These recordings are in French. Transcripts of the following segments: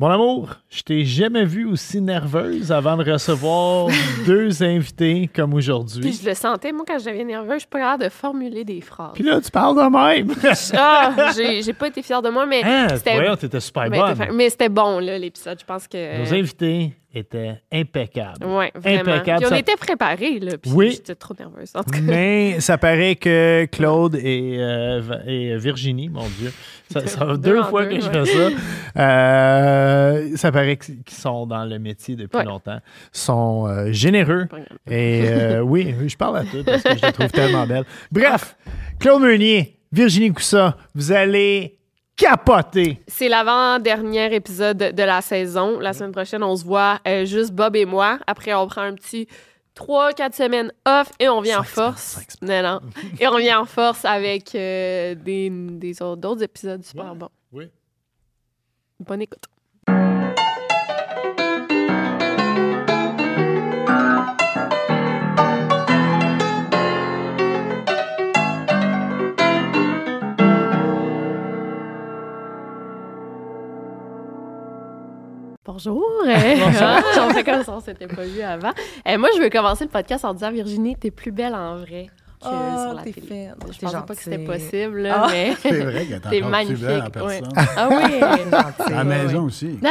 Mon amour, je t'ai jamais vue aussi nerveuse avant de recevoir deux invités comme Puis aujourd'hui. je le sentais, moi, quand je deviens nerveux, je suis pas capable de formuler des phrases. Puis là, tu parles de même. Ah, j'ai j'ai pas été fière de moi, mais hein, c'était voyons, t'étais super mais bonne. t'es fin- mais c'était bon, là, l'épisode. Je pense Nos que. invités étaient impeccables. Ouais, vraiment. Impeccables. Puis on Ça- était préparés, là. Puis Oui. j'étais trop nerveuse. En tout cas. Mais ça paraît que Claude et, euh, Va- et Virginie, mon Dieu, ça, ça fait Deux deux en fois deux, que je ouais. fais ça. Euh, ça paraît qu'ils qu'ils sont dans le métier depuis Ouais. longtemps. Ils sont euh, généreux. Et euh, oui, je parle à tout parce que je les trouve tellement belles. Bref, Claude Meunier, Virginie Coussa, vous allez capoter. C'est l'avant-dernier épisode de la saison. La semaine prochaine, on se voit euh, juste Bob et moi. Après, on prend un petit 3-4 semaines off et on vient en Cinq semaines, force. cinq Non, non. et on vient en force avec euh, des, des autres d'autres épisodes super bons. Oui. Bonne écoute. Bonjour. Euh, on fait comme ça, on s'était pas vu avant. Euh, moi, je veux commencer le podcast en disant Virginie, t'es plus belle en vrai que Oh, sur la t'es télé. fine. Je T'es pensais pas que c'était gentille. possible, là, Ah. mais C'est vrai qu'elle est t'es encore plus magnifique. belle en ouais. personne. Ah oui. À Ah. la maison aussi. Là,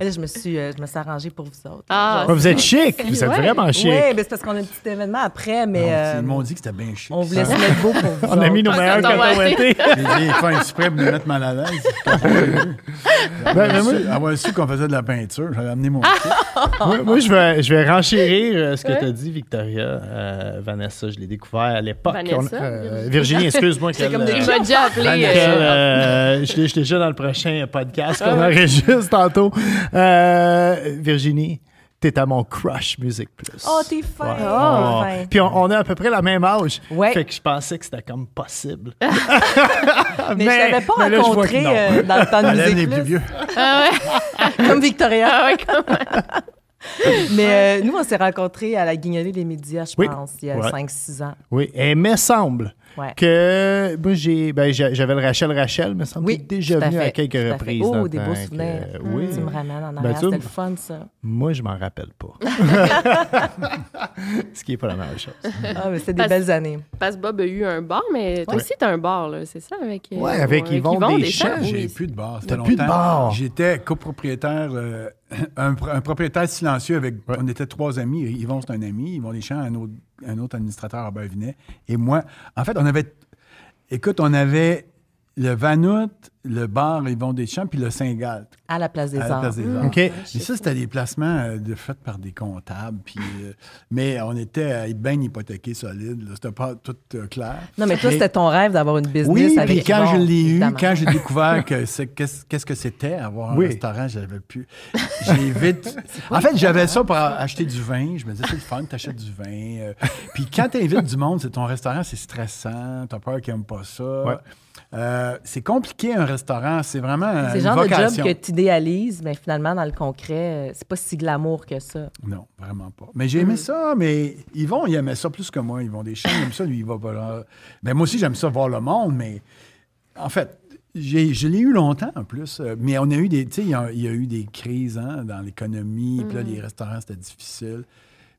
je me suis, euh, je me suis arrangée pour vous autres. Ah, Ah, vous êtes chic, vous êtes Ouais. vraiment chic. Oui, mais c'est parce qu'on a un petit événement après, mais Ils euh, m'ont dit que c'était bien chic. on voulait se mettre beau pour vous On a mis nos autres. meilleurs Attends, ouais. cacahuètes. J'ai dit, fin exprès pour me mettre mal à l'aise. mais Avoir Ben, moi- Ah, su- Avoir su qu'on faisait de la peinture, j'avais amené mon kit. Moi, moi, je vais, je vais renchérir euh, ce que tu as dit, Victoria. Euh, Vanessa, je l'ai découvert à l'époque. Vanessa, On- euh, Virginie, excuse-moi. qu'elle, comme des euh, Il m'a déjà appelé. qu'elle, euh, euh, je l'ai- je l'ai déjà dans le prochain podcast Ah qu'on enregistre tantôt. Euh, Virginie, t'es à mon crush Music Plus. Oh, t'es fin. Ouais. Ah. Oh, Ouais. fin. Puis on, on a à peu près la même âge. Ouais. Ah, Fait que je pensais que c'était comme possible. Mais, je t'avais pas Ah, mais là, je vois que rencontré non. euh, dans le temps de Alain est musique plus plus, vieux. comme Victoria. ah ouais, comme- Mais euh, nous, on s'est rencontrés à la Guignolée des médias, je Oui. pense, il y a Ouais. 5-6 ans. Oui, et me semble Ouais. que moi j'ai ben, j'a- j'avais le Rachel Rachel, me semble Oui, qu'il est déjà tout à venu à fait, quelques tout à fait. reprises. Oh, dans le des beaux temps que- euh, souvenirs. Hum, oui. Tu me ramènes en Ben, arrière, tu c'était me- le fun, ça. Moi, je m'en rappelle pas. Ce qui est pas la même chose. Ah, mais c'était des Parce- belles années. Parce que Bob a eu un bar, mais toi aussi, t'as un bar, là, c'est ça? Avec, euh, Ouais, avec Yvon Deschamps, Deschamps, J'ai oui. plus de bar. C'était T'as plus de longtemps. bar. J'étais copropriétaire, euh, un, pro- un propriétaire silencieux avec. On était trois amis. Yvon, c'est un ami. Yvon Deschamps, un autre, un autre administrateur, Robert Vinet. Et moi. En fait, on avait. Écoute, on avait le Vanout, le bar Yvon Deschamps, puis le Saint-Gall. À la place des à la arts. place des arts. OK. Mais ça, c'était des placements euh, de, faits par des comptables. Puis, euh, mais on était euh, bien hypothéqués solides. là. C'était pas tout euh, clair. Non, mais toi, c'était ton rêve d'avoir une business Oui, avec puis quand Yvon, je l'ai eu, évidemment. quand j'ai découvert que c'est- qu'est-ce qu'est-ce que c'était avoir un Oui. restaurant, j'avais pu. J'ai vite. en fait, j'avais ça pour acheter du vin. Je me disais, c'est le fun, t'achètes du vin. Euh, Puis quand t'invites du monde, c'est ton restaurant, c'est stressant. T'as peur qu'ils n'aiment pas ça. Euh, c'est compliqué un restaurant. C'est vraiment euh, C'est le une genre de vocation. job que tu idéalises, mais finalement, dans le concret, euh, c'est pas si glamour que ça. Non, vraiment pas. Mais j'ai aimé Mm. ça, mais Yvon, il aimait ça plus que moi. Yvon Deschamps, il aime ça, lui, il va pas là. Mais moi aussi, j'aime ça voir le monde, mais en fait, j'ai- je l'ai eu longtemps en plus. Euh, Mais on a Mm. eu des. Tu sais, il y, a- il y a eu des crises hein, dans l'économie, puis là, les restaurants, c'était difficile.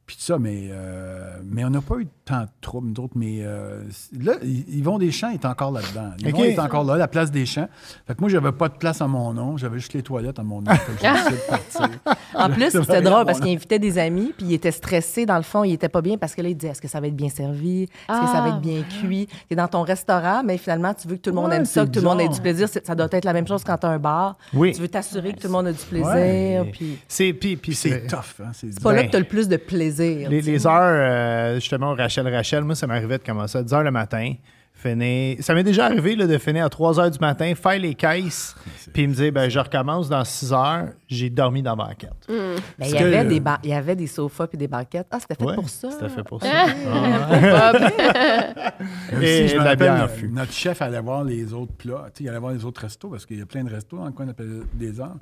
Puis tout ça, mais, euh, mais on n'a pas eu tant de troubles, d'autres. Mais euh, là, Yvon Deschamps est encore là-dedans. Yvon OK. est encore là, la place des champs. Fait que moi, j'avais pas de place à mon nom. J'avais juste les toilettes à mon nom. Fait que j'ai décidé de partir. Ah, En plus, Ça va c'était bien, drôle mon parce nom. qu'il invitait des amis, puis il était stressé dans le fond, il était pas bien parce que là, il disait est-ce que ça va être bien servi, est-ce que ça va être bien cuit. T'es dans ton restaurant, mais finalement, tu veux que tout le monde Ouais, aime ça, c'est que tout le monde ait bizarre. du plaisir. C'est- Ça doit être la même chose quand t'as un bar. Oui. Ben, Tu veux t'assurer que tout le monde a du plaisir, puis C'est puis, puis C'est tough. Hein, c'est c'est pas là Ouais. que t'as le plus de plaisir. Les, tu sais. les heures, euh, justement, Rachel, Rachel, moi, ça m'arrivait de commencer à 10 h le matin. Finir. Ça m'est déjà arrivé là, de finir à 3 h du matin, faire les caisses, puis me dire, ben, je recommence dans 6 h, j'ai dormi dans ma carte. Ben, il, y Parce que- avait des ba- il y avait des sofas puis des banquettes. Ah, c'était fait pour ça. C'était fait pour ça. Ah Même Et si je me la rappelle, bière no- fut. notre chef allait voir les autres plats. Tu sais, Il allait voir les autres restos parce qu'il y a plein de restos dans le coin de la Palais des Arts.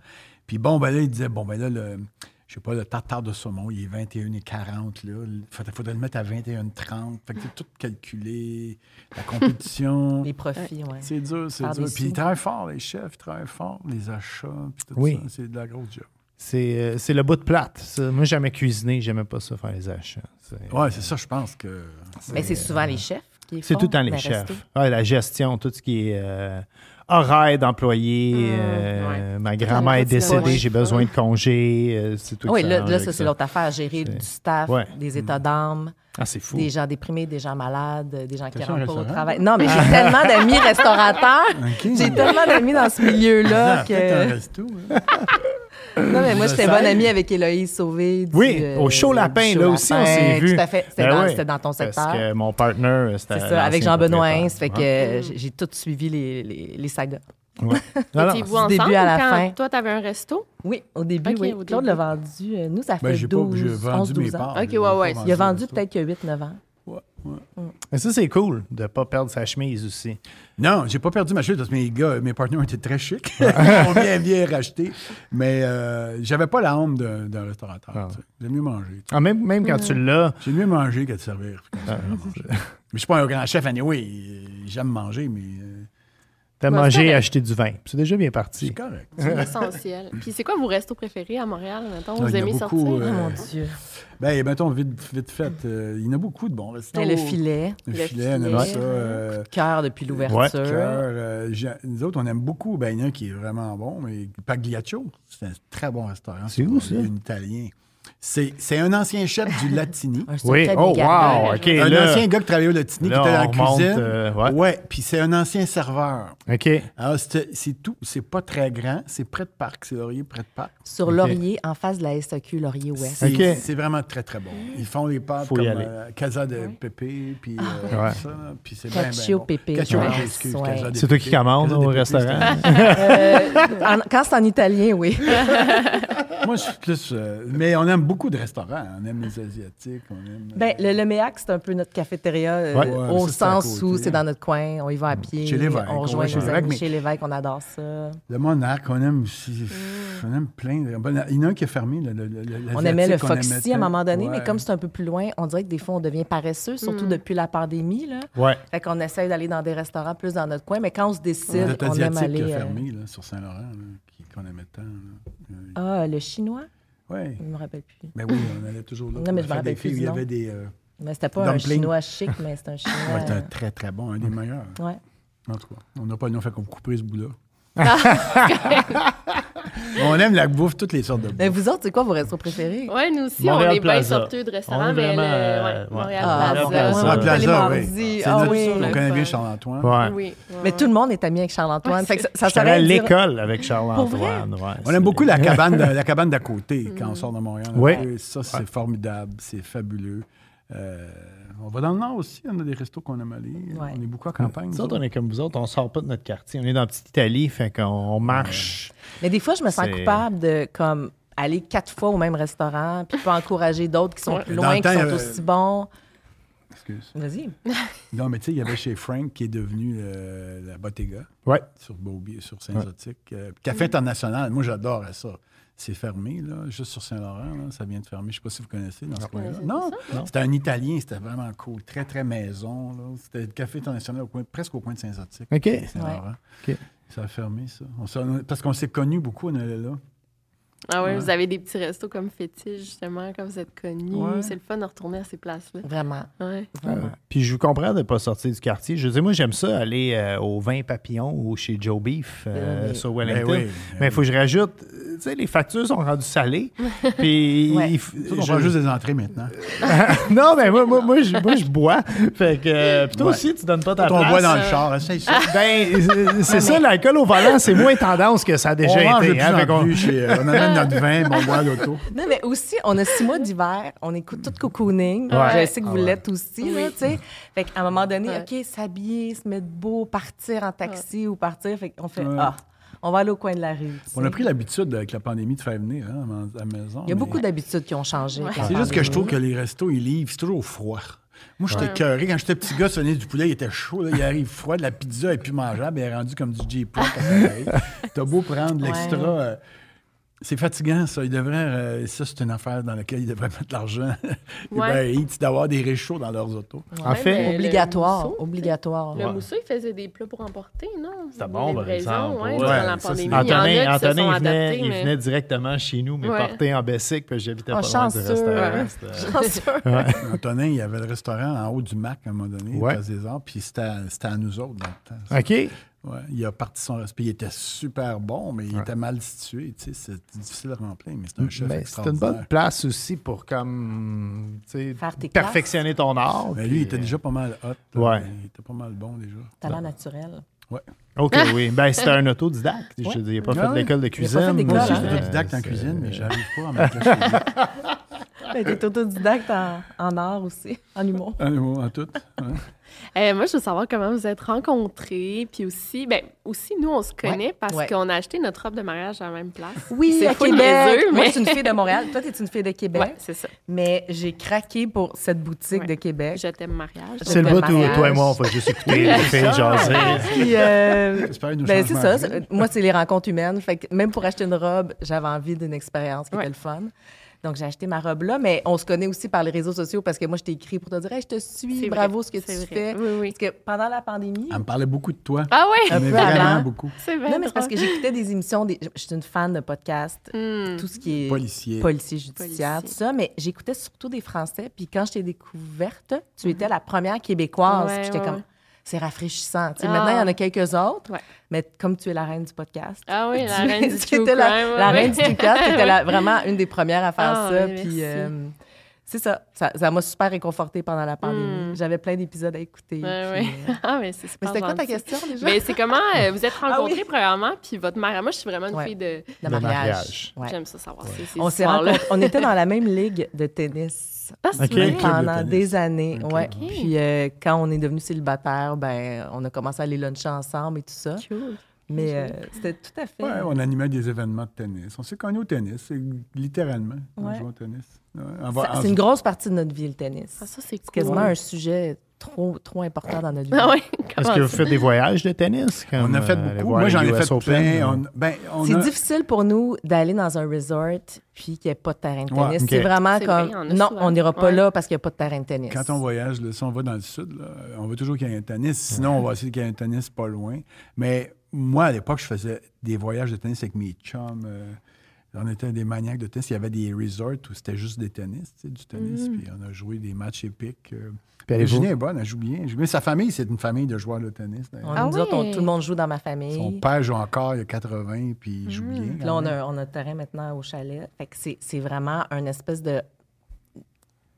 Puis bon, ben là, il disait, bon, ben là, le, je sais pas, le tartare de saumon, il est 21,40. là. Il faudrait, faudrait le mettre à 21,30. Fait que c'est tout calculé, la compétition. Les profits, ouais. c'est dur, c'est Faire dur. des Puis ils sous. travaillent fort, les chefs, ils travaillent fort, les achats, puis tout Oui. ça. C'est de la grosse job. C'est euh, c'est le bout de plate. ça. Moi, j'aimais cuisiner, j'aimais pas ça, faire les achats. C'est- Ouais, c'est ça, je pense que. Mais c'est souvent les chefs qui C'est font tout le temps les dans chefs. restos. Ouais, la gestion, tout ce qui est euh, horaire d'employés. Ah, euh, Ma grand-mère est routine. décédée, Ouais. j'ai besoin de congés. euh, c'est tout Oui, qui Ah là, s'arrange là, avec ça, c'est l'autre affaire. Gérer C'est- du staff, Ouais. des états d'âme. Ah, c'est fou. Des gens déprimés, des gens malades, euh, des gens qui T'as-tu un rentrent pas au restaurant? travail. Non, mais j'ai tellement d'amis restaurateurs. Mm. J'ai tellement d'amis dans ce milieu-là Ah, peut-être un que. resto. hein. Non, mais moi, j'étais Ça bonne aide. amie avec Héloïse Sauvé. du, Oui, euh, au show du lapin, là aussi, on s'est Lapin. vu. Tout à fait. C'était Ben dans, ouais. c'était dans ton secteur. Parce que mon partner, c'était. C'est ça, avec l'ancien Jean-Benoît propriétaire. Hins. Fait que euh, j'ai- j'ai tout suivi les, les, les sagas. Ouais. Non, non, Étiez-vous du ensemble début à la ou quand fin. toi, t'avais un resto? Oui, au début, Ok, oui. au Claude début. l'a vendu. euh, nous, ça fait Ben, j'ai pas 12, j'ai 11, vendu mes 12 ans. parts. Ok, j'ai ouais, pas ouais. vendu Il a le vendu resto. peut-être que 8-9 ans. Ouais, ouais. Mais ça, c'est cool de ne pas perdre sa chemise aussi. Non, j'ai pas perdu ma chute parce que mes gars, mes partenaires étaient très chics. Ils m'ont bien, bien racheté. Mais euh, j'avais pas la honte d'un d'un restaurateur. Ah. tu sais. J'aime mieux manger. tu Ah, même, même quand tu Mm. l'as, sais. J'aime mieux manger que de servir. Ah, comme ça, à manger. mais je suis pas un grand chef, oui, J'aime manger, mais euh, t'as Ouais, c'est mangé et correct. acheté du vin. C'est déjà bien parti. c'est correct. C'est essentiel. Puis c'est quoi vos restos préférés à Montréal, mettons? Ah, Vous il y en a aimez beaucoup, sortir? euh, Mon Dieu. Ben, mettons, vite, vite fait, euh, il y en a beaucoup de bons restos. Ben, le filet, Le, Le filet, on aime filet. ça. euh, cœur depuis Ouais, l'ouverture. cœur, euh, j'ai- nous autres, on aime beaucoup. Ben, il y en a un qui est vraiment bon, mais Pagliaccio, c'est un très bon restaurant. C'est où, ça? Un italien. C'est c'est un ancien chef du Latini. un Oui. secret Oh, brigandeur. wow. OK, un là. ancien gars qui travaillait au Latini, là, qui était dans la on remonte, cuisine. euh, ouais. puis c'est un ancien serveur. OK. Alors, c'est c'est tout. C'est pas très grand. C'est près de parc. C'est Laurier, près de parc. Sur Laurier, en face de la SAQ, Laurier Ouest. C'est Ok. c'est vraiment très, très bon. Ils font les pâtes Faut y comme aller. Ah. euh, Casa de Pepe, puis euh, Ouais. ça. Puis c'est bien, bien Cacio bon. Pepe, Cacio je Pepe, pense, excuse. ouais. Casa de C'est toi qui Pepe. commandes Casa de au Pepe, c'est restaurant. Euh, En- quand c'est en italien, oui. Moi, je suis plus. euh, mais on aime beaucoup de restaurants. On aime les Asiatiques. On aime, euh, Ben, le, le Méac, c'est un peu notre cafétéria euh, Ouais. Ouais, au ça, c'est à sens côté. Mmh. où c'est dans notre coin, on y va à pied, Chez Lévesque, on on rejoint va chez nos Lévesque, amis mais- chez l'évêque, on adore ça. le Monarque, on aime aussi. Mm. On aime plein. De, ben, il y en a un qui est fermé. le- le- le- l'Asiatique, On aimait le qu'on aimait Foxy à un tant. moment donné, Ouais. mais comme c'est un peu plus loin, on dirait que des fois on devient paresseux, surtout depuis la pandémie. Là. Ouais. Fait qu'on essaye d'aller dans des restaurants plus dans notre coin, mais quand on se Le décide, Asiatique on aime qui a aller. euh, fermé là, sur Saint-Laurent, là, qui- qu'on aimait tant. là. Ah, le chinois? Euh, ouais. Je me rappelle plus. Ben oui, on allait toujours là. Mm. Non, mais je me On a fait des rappelle plus filles où du Il y nom. avait des. euh, Mais c'était pas un Dumpling. chinois chic, mais c'est un chinois. ouais, c'était un très, très bon, un des meilleurs. euh, ouais. En tout cas, on n'a pas le nom, fait qu'on vous couperait ce bout-là. Ah, on aime la bouffe, toutes les sortes de bouffe. Mais vous autres, c'est quoi vos restos préférés? Ouais, nous aussi, Montréal on est bien Plaza. sorteux de On restaurants, est mais vraiment, le- euh, ouais, ouais. Montréal Ah, Plaza. Montréal Plaza. Ah, on peut Plaza, aller oui. mardi. C'est Ah notre- oui. On connaît Ouais. bien Charles-Antoine. Ouais. Oui. Mais tout le monde est ami avec Charles-Antoine. Ouais, Fait que ça, c'est- Mm, ça Je serais à serait dire- l'école avec Pour vrai? Charles-Antoine. ouais, On c'est- aime beaucoup la cabane, de- la cabane d'à côté quand on sort de Montréal. Oui. Et Ça, c'est formidable, c'est fabuleux. Euh, on va dans le Nord aussi, on a des restos qu'on aime aller. Ouais. On est beaucoup à campagne. Nous nous autres, on autres. est comme vous autres, on sort pas de notre quartier. On est dans Petite Italie, fait qu'on on marche. Mais des fois, je me sens C'est- coupable de comme aller quatre fois au même restaurant, puis pas encourager d'autres qui sont plus Dans le loin, qui temps, sont euh, aussi bons. Excuse. Vas-y. Non, mais tu sais, il y avait chez Frank qui est devenu euh, la Bottega Ouais. sur Beaubien, sur Saint-Zotique. Euh, Café international, moi j'adore ça. C'est fermé, là, juste sur Saint-Laurent, là, ça vient de fermer. Je ne sais pas si vous connaissez dans ce coin-là. Non, c'était un Italien, c'était vraiment cool, très, très maison. là. C'était le café international au coin- presque au coin de Saint-Zotique. OK. Saint-Laurent. OK. Ça a fermé, ça. On s'en- parce qu'on s'est connus beaucoup, on allait là. Ah ouais, vous avez des petits restos comme fétiche, justement, quand vous êtes connu. Ouais. C'est le fun de retourner à ces places-là. Vraiment. Ouais. vraiment. Euh, Puis je vous comprends de ne pas sortir du quartier. Je veux dire, moi, j'aime ça, aller euh, au vin papillon ou chez Joe Beef euh, Ben oui. sur Wellington. Ben oui, mais il faut que je rajoute, euh, tu sais, les factures sont rendues salées. Puis. Ouais. il f- On je- parle juste des entrées maintenant. non, mais moi, moi, moi, je, moi, je bois. Fait que. euh, puis toi Ouais. aussi, tu donnes pas ta place. On voit dans le char, hein, c'est ça. Ben, euh, c'est ça, l'alcool au volant, c'est moins tendance que ça a déjà on mange été. de plus hein. en Fait qu'on- plus chez- euh, on amène notre vin, puis on boit à l'auto. Non, mais aussi, on a six mois d'hiver, on écoute tout cocooning. Ouais. Je sais que vous l'êtes aussi, là, tu sais. Fait qu'à un moment donné, OK, s'habiller, se mettre beau, partir en taxi ou partir. Fait qu'on fait, ah, on va aller au coin de la rue. tu On sais. a pris l'habitude avec la pandémie de faire venir hein, à la maison. Il y a beaucoup mais- d'habitudes qui ont changé. avec la C'est juste que je pandémie. trouve que les restos, ils livrent, c'est toujours froid. Moi, j'étais écœuré. Quand j'étais petit gars, sonner du poulet, il était chaud. là. Il arrive froid, de la pizza est plus mangeable, elle est rendue comme du J-Pop. T'as beau prendre l'extra. euh, c'est fatigant, ça. Il devrait, euh, ça, c'est une affaire dans laquelle ils devraient mettre de l'argent. Les Ouais. Uber Eats, d'avoir des réchauds dans leurs autos. En fait, mais- Obligatoire, Le mousseau, obligatoire. Le mousseau, il faisait des plats pour emporter, non? C'était bon, Des par raisons, exemple, Ouais, ouais. durant la Ouais, ça, pandémie. c'est- Il y en a qui Anthony, se Anthony, sont il, venait, adaptés, il mais- venait directement chez nous, mais Ouais. porté en Bessic, parce que j'habitais Ah, pas loin du chanceux. restaurant. C'était- Antonin, il y avait le restaurant en haut du Mac à un moment donné, Ouais. Place des Arts, puis c'était à, c'était à nous autres dans le temps. ça. OK. Ouais, il a parti son respect. Il était super bon, mais il était mal situé. tu sais, C'est difficile à remplir, mais c'est un chef Ben, c'est une extraordinaire. bonne place aussi pour comme tu sais, Faire tes perfectionner ton art. Ben, lui, il était déjà pas mal hot. là. Ouais. Il était pas mal bon déjà. Talent naturel. Ouais. OK, oui. Ben, c'était un autodidacte. Je veux dire, il n'a pas Ah fait ouais. l'école de Il a pas cuisine. fait d'école, Moi mais, aussi, hein? j'étais euh, autodidacte en c'est- cuisine, mais j'arrive pas à mettre la chose. Ben, T'es autodidacte en, en art aussi, en humour. Un mot en tout. hein. Euh, moi, je veux savoir comment vous êtes rencontrés. Puis aussi, ben, aussi, nous, on se connaît Ouais, parce ouais. qu'on a acheté notre robe de mariage à la même place. Oui, c'est à full Québec. niaiseux, Moi, mais- je suis une fille de Montréal. Toi, t'es une fille de Québec. Ouais, c'est ça. Mais j'ai craqué pour cette boutique Ouais. de Québec. Je t'aime, mariage. C'est le de bout où mariage. toi et moi, on va juste écouter les filles jaser. Ah, Puis, euh, J'espère qu'il nous ben, change c'est ma ça. vie. c'est- Moi, c'est les rencontres humaines. Fait que même pour acheter une robe, j'avais envie d'une expérience qui Ouais. était le fun. Donc, j'ai acheté ma robe-là, mais on se connaît aussi par les réseaux sociaux parce que moi, je t'ai écrit pour te dire Hey, je te C'est suis, bravo vrai, ce que tu c'est vrai. fais. Oui, oui. Parce que pendant la pandémie, Elle me parlait beaucoup de toi. Ah ouais? mais peu vraiment avant. beaucoup. C'est vrai. non, mais c'est parce que j'écoutais des émissions, des... je je suis une fan de podcasts, tout ce qui est Policier. policier, judiciaire, Hmm. Policier. tout ça, mais j'écoutais surtout des Français. Puis quand je t'ai découverte, tu étais la première Québécoise. Mm-hmm. Ouais, Puis j'étais ouais, ouais. comme, c'est rafraîchissant. Tu sais, Ah. Maintenant, il y en a quelques autres, Ouais. mais comme tu es la reine du podcast. Ah oui, la tu- reine du t'étais true la, crime, ouais. la reine du podcast, t'étais la- vraiment une des premières à faire Ah, ça. mais Puis merci. euh, c'est ça, ça, ça m'a super réconfortée pendant la pandémie. J'avais plein d'épisodes à écouter. Hmm. Ouais, puis, ouais. euh, Ah, mais c'est Mais super c'était quoi ta gentil. question déjà? Mais c'est comment euh, vous êtes rencontrés, oui. premièrement, puis votre mariage. Moi, je suis vraiment une Ouais. fille de. Le mariage. Ouais. J'aime ça savoir. ces- ces On s'est histoires-là. rencontrés- on était dans la même ligue de tennis. Ah, c'est Ok. vrai? Club de pendant tennis. des années. Ok. Ouais. Puis euh, quand on est devenu célibataire, ben on a commencé à aller luncher ensemble et tout ça. Cool. Mais euh, c'était tout à fait. Ouais, on animait des événements de tennis. On s'est connus au tennis, c'est littéralement. On Ouais. jouait au tennis. Ouais, on va- Ça- on- C'est une grosse partie de notre vie le tennis. Ah, C'est ça, c'est cool. quasiment un sujet trop trop important dans notre vie. Ah oui, Est-ce comment que vous ça? faites des voyages de tennis? euh, on a fait beaucoup. Moi, j'en ai fait plein. On, ben, on C'est a- difficile pour nous d'aller dans un resort puis qu'il n'y ait pas de terrain de Ouais, tennis. ok. C'est vraiment C'est vrai, comme il y en a non, souvent. on n'ira pas Ouais. là parce qu'il n'y a pas de terrain de tennis. Quand on voyage, là, si on va dans le sud, là, on veut toujours qu'il y ait un tennis. Sinon, on va essayer qu'il y ait un tennis pas loin. Mais moi, à l'époque, je faisais des voyages de tennis avec mes chums. euh, on était des maniaques de tennis. Il y avait des resorts où c'était juste des tennis, tu sais, du tennis. Mm. Puis on a joué des matchs épiques. euh. Puis allez-vous- Virginie est bonne, elle joue bien. Elle joue bien. Sa famille, c'est une famille de joueurs de tennis. d'ailleurs. On- Ah nous autres, on- ouais. tout le monde joue dans ma famille. Son père joue encore, il a 80, puis il joue bien. Mm. Puis là, on a, on a le terrain maintenant au chalet. Fait que c'est, c'est vraiment un espèce de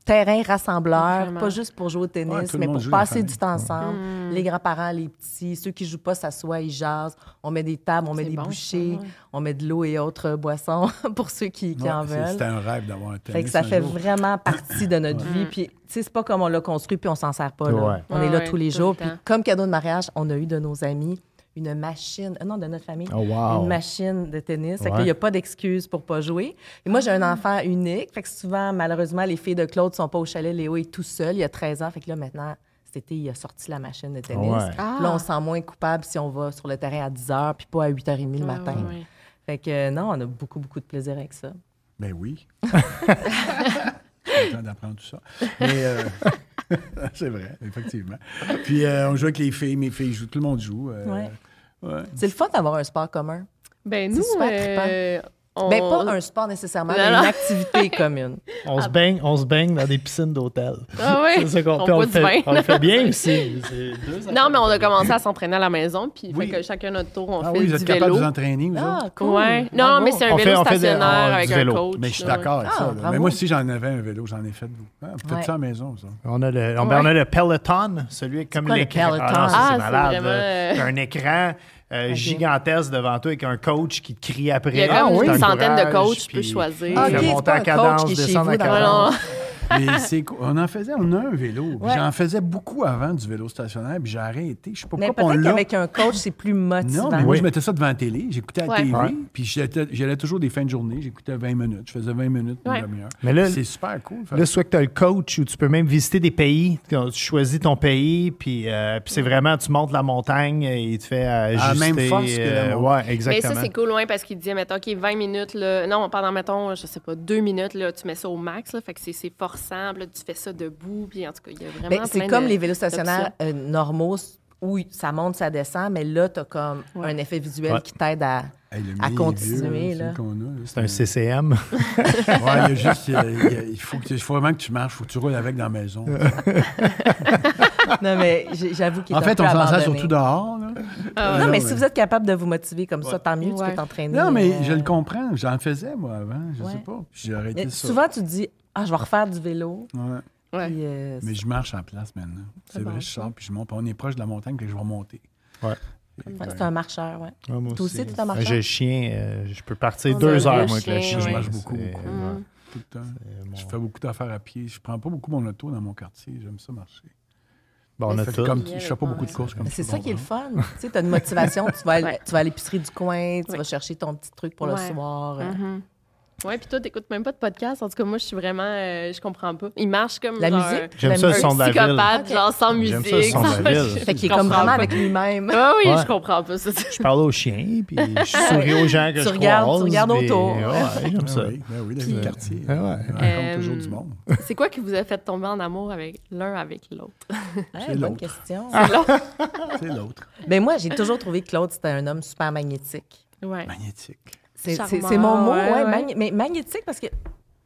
terrain rassembleur, Vraiment. pas juste pour jouer au Ouais, tennis, tout le mais monde pour joue, la passer famille. du temps ensemble. Les grands-parents, les petits, ceux qui jouent pas s'assoient, ils jasent. On met des tables, on met C'est des bon, ça, bouchées, ouais. on met de l'eau et autres boissons pour ceux qui, qui Ouais, en c'est- C'était veulent. un rêve d'avoir un tennis. Fait que ça un fait jour. vraiment partie de notre vie. Puis, tu sais, c'est pas comme on l'a construit puis on s'en sert pas. là. Ouais. On est là Ouais, tous les tout le jours. Puis, temps. comme cadeau de mariage, on a eu de nos amis une machine, euh, non, de notre famille, Oh, wow. une machine de tennis. Ouais. Il n'y a pas d'excuse pour pas jouer. Et moi, j'ai un enfant unique. Fait que souvent, malheureusement, les filles de Claude sont pas au chalet. Léo est tout seul. Il a 13 ans. Fait que là, maintenant, cet été, il a sorti la machine de tennis. Ouais. Ah. Là, on se sent moins coupable si on va sur le terrain à 10 h puis pas à 8h30 le matin. Ah, Ouais, ouais. Fait que euh, non, on a beaucoup, beaucoup de plaisir avec ça. Ben oui. Content d'apprendre tout ça. Mais, euh, c'est vrai, effectivement. Puis euh, on joue avec les filles, mes filles jouent, tout le monde joue. euh, Ouais. ouais. C'est le fun d'avoir un sport commun. Ben C'est nous, super euh, on- Ben, pas un sport nécessairement, Non, mais non. une activité commune. On se baigne, on se baigne dans des piscines d'hôtel. Ah oui, C'est ça qu'on on puis on boit le du fait. vin. On le fait bien aussi. C'est deux Non, mais on a commencé à s'entraîner à la maison, puis Oui. fait que chacun notre tour, on Ah fait oui, vous du êtes capable de vélo. vous entraîner, vous autres? Ah, cool. Ouais. Non, Bravo. mais c'est un On vélo fait- on fait des- stationnaire on- avec du un vélo. coach. Mais je suis là, ouais. d'accord avec Ah, ça. là. Mais bravo. moi aussi, j'en avais un vélo, j'en ai fait. beaucoup. Ah, vous faites Ouais. ça à la maison, ça. On a le, on, ben, on a le Peloton, celui comme quoi, le l'écran. Peloton? non, ça, Ah, c'est c'est malade. vraiment, là. euh, T'as un écran euh, gigantesque devant toi avec un coach qui te crie après. Il y a Ah comme oui, t'encourages, une centaine de coachs, tu peux puis choisir. tu Ah, fais ok, c'est monter pas en un coach cadence, qui est chez descendre en vous dans- Ouais, cadence. non. Mais c'est cool. On en faisait, on a un vélo. Puis J'en faisais beaucoup avant du vélo stationnaire, puis j'ai arrêté. Je sais pas Mais pourquoi on peut-être l'a. qu'avec un coach, c'est plus motivant. Non, mais moi, Oui. je mettais ça devant la télé. J'écoutais la Ouais. télé, Ouais. puis j'étais- j'allais toujours des fins de journée. J'écoutais 20 minutes. Je faisais 20 minutes, une Ouais. demi-heure. Mais là- c'est super cool. Fait- Là, soit que tu as le coach ou tu peux même visiter des pays. Tu choisis ton pays, puis, euh, puis c'est vraiment, tu montes la montagne et il te fait ajuster. À la même force que la euh, montagne. ouais, Mais exactement. ça, c'est cool, loin, parce qu'il disait, mettons, OK, 20 minutes, là, non, pendant, mettons, je sais pas, deux minutes, là, tu mets ça au max, là, fait que c'est- c'est forçant, puis là, tu fais ça debout, puis en tout cas, il y a vraiment Ben, c'est plein comme de- les vélos stationnaires d'options. euh, normaux s- où ça monte, ça descend, mais là, tu as comme un effet visuel Ouais. qui t'aide à, Hey, le à mien, il est continuer. vieux, là. celui qu'on a, là. C'est un CCM. Ouais, il y a juste. il y a- il y a- il faut, que- il faut vraiment que tu marches, il faut que tu roules avec dans la maison. non, mais j'ai- j'avoue qu'il est en un fait, peu on s'en sert abandonné. surtout dehors. là. Euh, Non, mais mais- si vous êtes capable de vous motiver comme ça, tant mieux, tu Ah, Ouais. peux t'entraîner. Non, mais euh, je le comprends. J'en faisais, moi, avant. Je sais Ouais. pas. Puis J'ai arrêté mais ça. Souvent, tu te dis, ah, je vais refaire du vélo. Ouais. Ouais. Puis, euh, Mais je marche en place maintenant. C'est vrai, bon, je sors puis je monte. Puis On est proche de la montagne, puis je vais remonter. c'est un marcheur, ouais. Toi aussi, tu t'as marché? J'ai le chien. euh, je peux partir On a deux un heures, gros moi, avec le chien, chien. oui. Je marche beaucoup, C'est- beaucoup. ouais. Tout le temps. mon- Je fais beaucoup d'affaires à pied. Je prends pas beaucoup mon auto dans mon quartier. J'aime ça marcher. Bon, on a Fait tout. comme- je fais pas beaucoup de courses comme Mais Ben, C'est tout ça le qui est le monde. hein. fun. tu sais, tu as une motivation, tu vas, à l- Ouais. tu vas à l'épicerie du coin, tu Ouais. vas chercher ton petit truc pour Ouais. Mhm. le soir. euh, Ouais, puis toi, t'écoutes même pas de podcast. En tout cas, moi, je suis vraiment. euh, je comprends pas. Il marche comme. La genre, musique. J'aime la ça, le Un musique. son de la ville. psychopathe, Ok. genre sans J'aime musique. ça, le son de la ville. Fait qu'il est Je comme comprends vraiment pas. avec lui-même. Ah oui, Ouais. je comprends pas ça. c'est- Je parle au chien, puis je souris aux gens que Tu je regardes- tu croise, regardes puis- autour. Ouais, j'aime ça. Ben oui, ben oui, dans le quartier. Ah ouais. On rencontre Euh, toujours du monde. C'est quoi qui vous a fait tomber en amour avec l'un avec l'autre? Ouais, C'est bonne l'autre. question. C'est l'autre. Ben moi, j'ai toujours trouvé que Claude, c'était un homme super magnétique. Ouais. Magnétique. C'est c'est- Charmant, c'est mon mot, ouais, ouais, ouais. magné- mais magnétique parce que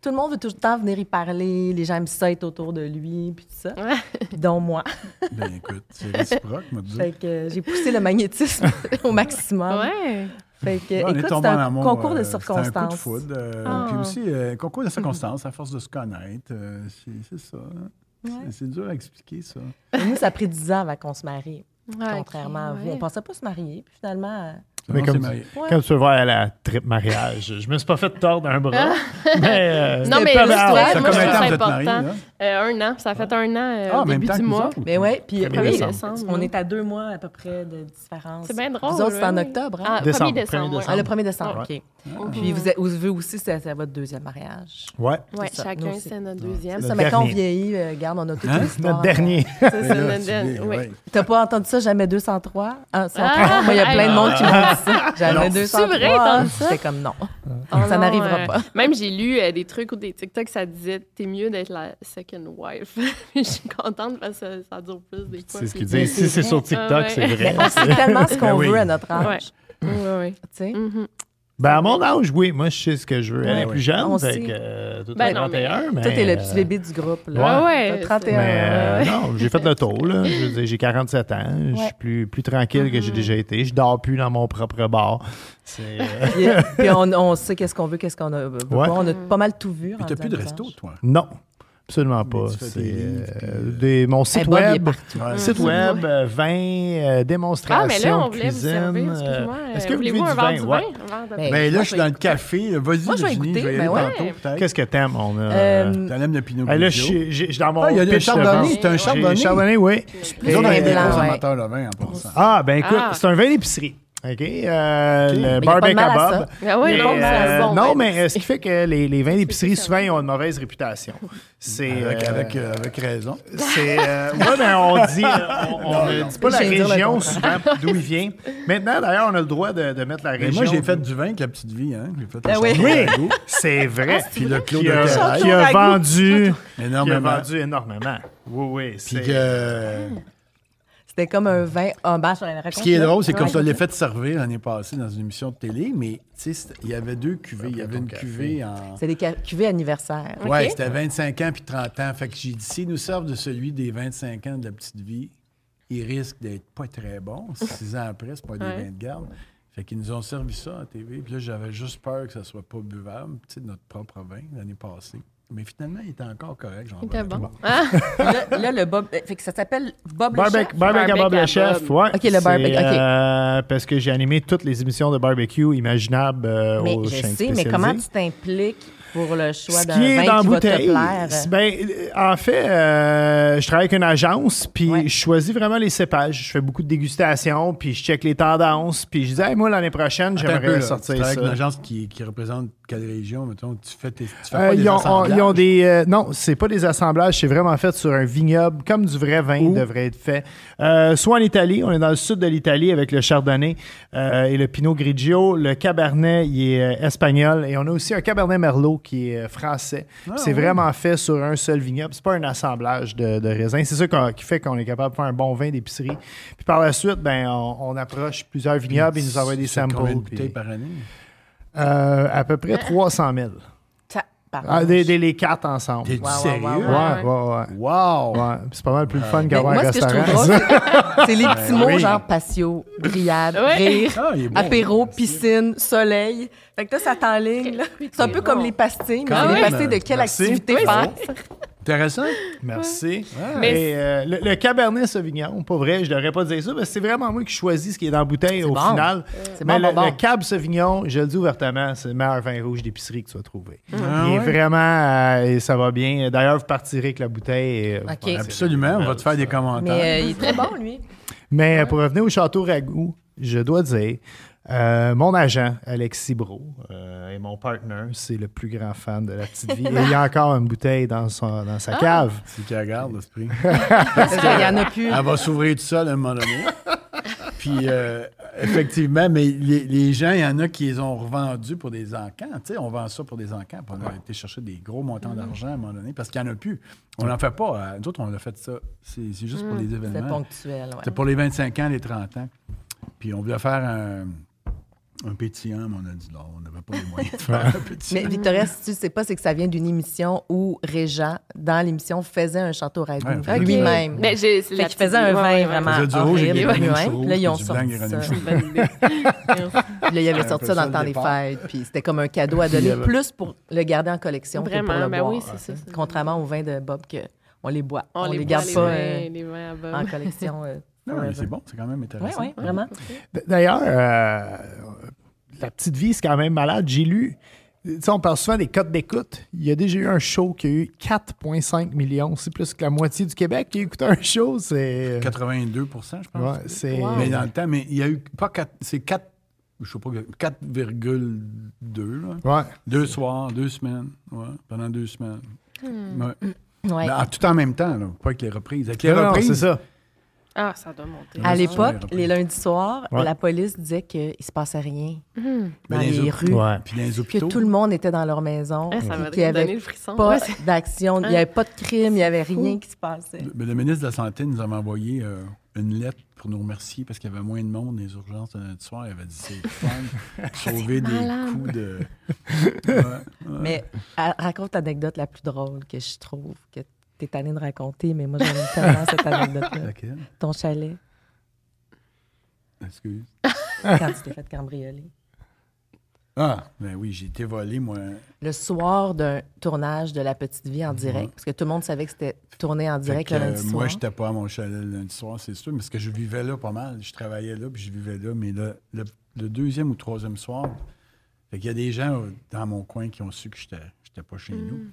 tout le monde veut tout le temps venir y parler, les gens aiment ça être autour de lui, puis tout ça, Ouais. dont moi. Ben écoute, c'est réciproque, moi, de dire. Fait que euh, j'ai poussé le magnétisme au maximum. Ouais. Fait que, Ouais, on est écoute, tombé c'est en un amour, concours de euh, c'était circonstances. Un coup de foudre. euh, Ah. Puis aussi, euh, concours de circonstances, à force de se connaître. euh, c'est- c'est ça. hein. C'est- C'est dur à expliquer, ça. Et nous, ça a pris 10 ans avant qu'on se marie, Ouais, contrairement ok, à vous. ouais. On pensait pas se marier, puis finalement... euh, Mais Non, comme c'est tu- marié. Ouais. Comme tu peux voir, elle a la trip mariage. Je me suis pas fait tordre un bras. mais. euh, Non, mais pas mal. l'histoire, Ça moi, fait je trouve combien ça de temps vous êtes important. mariés, Euh, un an. Ça a fait un an euh, Ah, en au même début temps du que nous mois. autres. Mais ouais, puis Premier oui, décembre. on est à deux mois à peu près de différence. C'est bien drôle. Vous autres, c'est en oui. octobre, hein? Ah, Décembre, 1er décembre. premier ouais. Ah, le 1er décembre, Ouais. OK. Puis vous, êtes, vous aussi, c'est c'est à votre deuxième mariage. Ouais. Ouais, c'est ça. chacun, Nous, c'est- c'est notre deuxième. Le Ça, mais quand on dernier. vieillit, euh, regarde, on a toute Hein? l'histoire. Notre dernier. C'est Mais là, notre tu Euh, dernier, viens, oui. ouais. T'as pas entendu ça, jamais 203? Ah, 103. Ah, Moi, il y a hey. plein de monde qui m'a dit Ah! ça. Jamais 203. C'est vrai, t'as dit ça? J'étais comme non. Ben, Oh ça non, n'arrivera euh, pas. Même j'ai lu euh, des trucs ou des TikTok, ça disait t'es mieux d'être la second wife. Je suis contente parce que ça dure plus des fois. C'est ce puis- qu'ils disent. Si c'est sur Ah TikTok, ouais. c'est vrai. On sait tellement ce qu'on Ben oui. veut à notre Ouais. Mm. âge. Ah, Ouais, ouais. Tu sais? Ben, à mon âge, oui. Moi, je sais ce que je veux. Elle est Ouais, plus jeune, On fait sait. que. euh, tout Ben à non, mais- 31, mais. Toi, t'es le euh, petit bébé du groupe. Ah Là. ouais, T'as 31. Mais ouais. euh, non, j'ai fait le tour. Là. Je veux dire, j'ai 47 ans. Je suis Ouais. plus, plus tranquille que j'ai déjà été. Je dors plus dans mon propre bar. C'est, euh, Puis, euh, puis on, on sait qu'est-ce qu'on veut, qu'est-ce qu'on a. euh, veut pas. Ouais. On a pas mal tout vu. Puis rendu t'as à plus de notre resto, âge. toi. non, absolument pas. tu fais C'est des livres, euh, puis, euh, des- mon site Bob, il est web. partout. Ouais. Site web, euh, vin, euh, démonstration, Ah, mais là, on voulait cuisine. vous servir, euh, excuse-moi. Est-ce que vous voulez-vous voulez un du verre vin? du Ouais. vin? Un verre de Ben, Ben là, moi, je suis dans le café. Vas-y, Moi, je vais Virginie, écouter, je vais y ben aller ouais. tantôt, peut-être. Qu'est-ce que t'aimes? On a... Euh, T'aimes le Pinot Hey, là, je Grigio. suis j'ai- j'ai dans mon Ah, il y a pitch un chardonnay, de vente. c'est un J'ai- chardonnay. Chardonnay, oui. Nous autres, on est des blanc, gros ouais. amateurs de vin, en passant. Ah, ben écoute, Ah. c'est un vin d'épicerie. OK? Euh, Le Mais y a pas de barbecue mal à à Bob. ça. Ah ouais, Mais, non, c'est bon, non, ouais. mais euh, ce qui fait que les, les vins d'épicerie, souvent, ils ont une mauvaise réputation. C'est. Avec, euh, avec, euh, avec raison. c'est, euh, ouais, mais on dit, euh, on, on ne dit pas la Je viens de dire le région contraire. souvent d'où il vient. Maintenant, d'ailleurs, on a le droit de, de mettre la Mais région. moi, j'ai fait du vin avec la petite vie. Hein? J'ai fait Ah oui. chardonnay à goût. C'est vrai. Puis le Claude Qui a, Terraille. qui a Ragoût. vendu. Qui a Énormément. vendu énormément. Oui, oui. Puis c'est- que. C'était comme un vin hommage. j'en ai raconté, euh, Ce qui est là. drôle, c'est qu'on Ouais. se l'ait fait servir l'année passée dans une émission de télé, mais tu sais, c'était- il y avait deux cuvées. Il y avait une cuvée en. C'est des ca- cuvées anniversaires. Ouais, c'était 25 ans puis 30 ans. Fait que j'ai dit, s'ils nous servent de celui des 25 ans de la petite vie, ils risquent d'être pas très bons. Six ans après, c'est pas des Ouais. vins de garde. Fait qu'ils nous ont servi ça à TV. Puis là, j'avais juste peur que ça soit pas buvable, tu sais, de notre propre vin l'année passée. Mais finalement, il était encore correct. j'en Il était revenais bon. pas. Ah, là, là, le Bob. euh, Fait que ça s'appelle Bob le Chef. Barbecue, barbecue à Bob le chef, ouais. Ok, le barbecue, C'est, ok. euh, parce que j'ai animé toutes les émissions de barbecue imaginables euh, Mais aux je chaînes sais, mais spécialisées. comment tu t'impliques pour le choix Ce d'un qui est vin dans qui va te bouteille, plaire? c'est- ben, euh, en fait, euh, je travaille avec une agence, puis Ouais. je choisis vraiment les cépages. Je fais beaucoup de dégustations, puis je check les tendances, puis je dis, Hey, moi, l'année prochaine, Attends un peu, j'aimerais là. Tu sortir travailles ça. avec une agence qui, qui représente quelle région, mettons? Tu fais, tes, tu fais Euh, pas des ils, ont, assemblages? ils ont des. euh, non, c'est pas des assemblages, c'est vraiment fait sur un vignoble, comme du vrai vin devrait être fait. Euh, soit en Italie, on est dans le sud de l'Italie avec le Chardonnay euh, et le Pinot Grigio. Le Cabernet, il est euh, espagnol. Et on a aussi un Cabernet Merlot qui est euh, français. Ah Puis c'est vraiment fait sur un seul vignoble. C'est pas un assemblage de, de raisins. C'est ça qu'on- qui fait qu'on est capable de faire un bon vin d'épicerie. Puis par la suite, ben, on, on approche plusieurs vignobles, ils Ah, nous envoient des Tu fais Combien de samples. bouteilles puis- par année? Euh, à peu près 300 000. Ta- pardon. Ah, des, des- les quatre ensemble. T'es-tu ouais, sérieux? ouais, Ouais, ouais. ouais, ouais. Wow! Ouais, c'est pas mal plus le fun Mais qu'avoir un moi, ce que je restaurant. trouve drôle, c'est- c'est les Ben petits mots oui. genre patio, grillade, Ouais. rire, Ah, il est bon. apéro, piscine, soleil. Fait que là, ça t'enligne. là. C'est un peu comme les pastilles, mais Quand les même. pastilles de quelle Merci. activité Oh. faire? Intéressant? Merci. Mais- Et, euh, le, le Cabernet Sauvignon, pas vrai, je devrais pas dire ça, parce que c'est vraiment moi qui choisis ce qui est dans la bouteille au bon. final. C'est Mais bon, le, bon, bon. le Cab Sauvignon, je le dis ouvertement, c'est le meilleur vin rouge d'épicerie que tu vas trouver. Mm. Ah Il est ouais? vraiment, euh, et ça va bien. D'ailleurs, vous partirez avec la bouteille. et, euh, vous Ok. pensez- Absolument, on va te faire des Mais commentaires. euh, il est très bon, lui. Mais euh, pour revenir au château Ragout, je dois dire, euh, mon agent, Alexis Bro, euh, et mon partner, c'est le plus grand fan de la petite vie. Et il y a encore une bouteille dans, son- dans sa cave. C'est qui regarde, l'esprit. Parce qu'il y en a plus. Elle va s'ouvrir tout seul à un moment donné. Puis, euh, effectivement, mais les, les gens, il y en a qui les ont revendus pour des encans. Tu sais, on vend ça pour des encans. Puis on a été chercher des gros Mm. montants d'argent à un moment donné parce qu'il n'y en a plus. On n'en fait pas. Euh, Nous autres, on a fait ça. C'est c'est juste pour les Mm. C'est événements. ponctuel, ouais. C'était pour les 25 ans, les 30 ans. Puis, on voulait faire un, un pétillant, mais on a dit non, on n'avait pas les moyens de faire un pétillant. Mais Victoria, si tu ne sais pas, c'est que ça vient d'une émission où Régent, dans l'émission, faisait un château ragout Ouais, faisait lui-même. Ben, j'ai- c'est Fait la qu'il faisait un petite- ouais, vin ouais. vraiment Faisait du rouge et horrible. des ouais, grenouilles ouais. rouges, Puis Là, ils ont du blanc et sorti des ça. grenouilles Bonne Puis idée. là, ils Ouais, avaient un sorti peu ça ça, dans le le temps des fêtes. départ. Puis c'était comme un cadeau à donner, plus pour le garder en collection que pour Vraiment, le ben boire. oui, c'est ça. c'est- Contrairement aux vins de Bob, que on les boit. On, les, boit, garde pas vins, euh, les vins à Bob. en collection. euh, Non, mais c'est bon, c'est quand même Oui, intéressant. oui, vraiment. D- D'ailleurs, euh, la petite vie, c'est quand même malade. J'ai lu. Tu sais, on parle souvent des cotes d'écoute. Il y a déjà eu un show qui a eu 4,5 millions. C'est plus que la moitié du Québec qui a écouté un show. C'est. 82 je pense. Ouais, c'est- Mais dans le temps, mais il y a eu pas 4, c'est 4, je sais pas, 4,2. là. Ouais. Deux soirs, deux semaines, ouais, pendant deux semaines. Ouais. Ouais. Mais en- tout en même temps, là, pas avec les reprises. Avec les Non, non, reprises, c'est ça. Ah, ça doit monter. À Ouais, l'époque, c'est les vrai. lundis soirs, Ouais. la police disait qu'il ne se passait rien dans Hmm. Ben, les les autres- rues. Ouais. puis dans les Que hôpitaux. tout le monde était dans leur maison. Ah, ça puis m'a qu'il y avait donné le frisson. pas Ouais, c'est- d'action, il n'y avait pas de crime, il n'y avait rien qui se passait. Mais Ben, le ministre de la Santé nous avait envoyé euh, une lettre pour nous remercier parce qu'il y avait moins de monde dans les urgences de notre soir. Il avait dit c'est le fun, sauver des coups de. Mais à- raconte l'anecdote la plus drôle que je trouve, que tu es tanné de raconter, mais moi j'aime tellement cette anecdote-là. Laquelle? Ton chalet, Excuse. quand tu t'es fait cambrioler. Ah, ben oui, j'ai été volé, moi. Le soir d'un tournage de La Petite Vie en direct, parce que tout le monde savait que c'était tourné en direct Mhm. Fait que, le lundi euh, soir. moi, je n'étais pas à mon chalet le lundi soir, c'est sûr, parce que je vivais là pas mal. Je travaillais là, puis je vivais là. Mais le, le- le deuxième ou troisième soir, il y a des gens euh, dans mon coin qui ont su que je n'étais pas Mm. chez nous.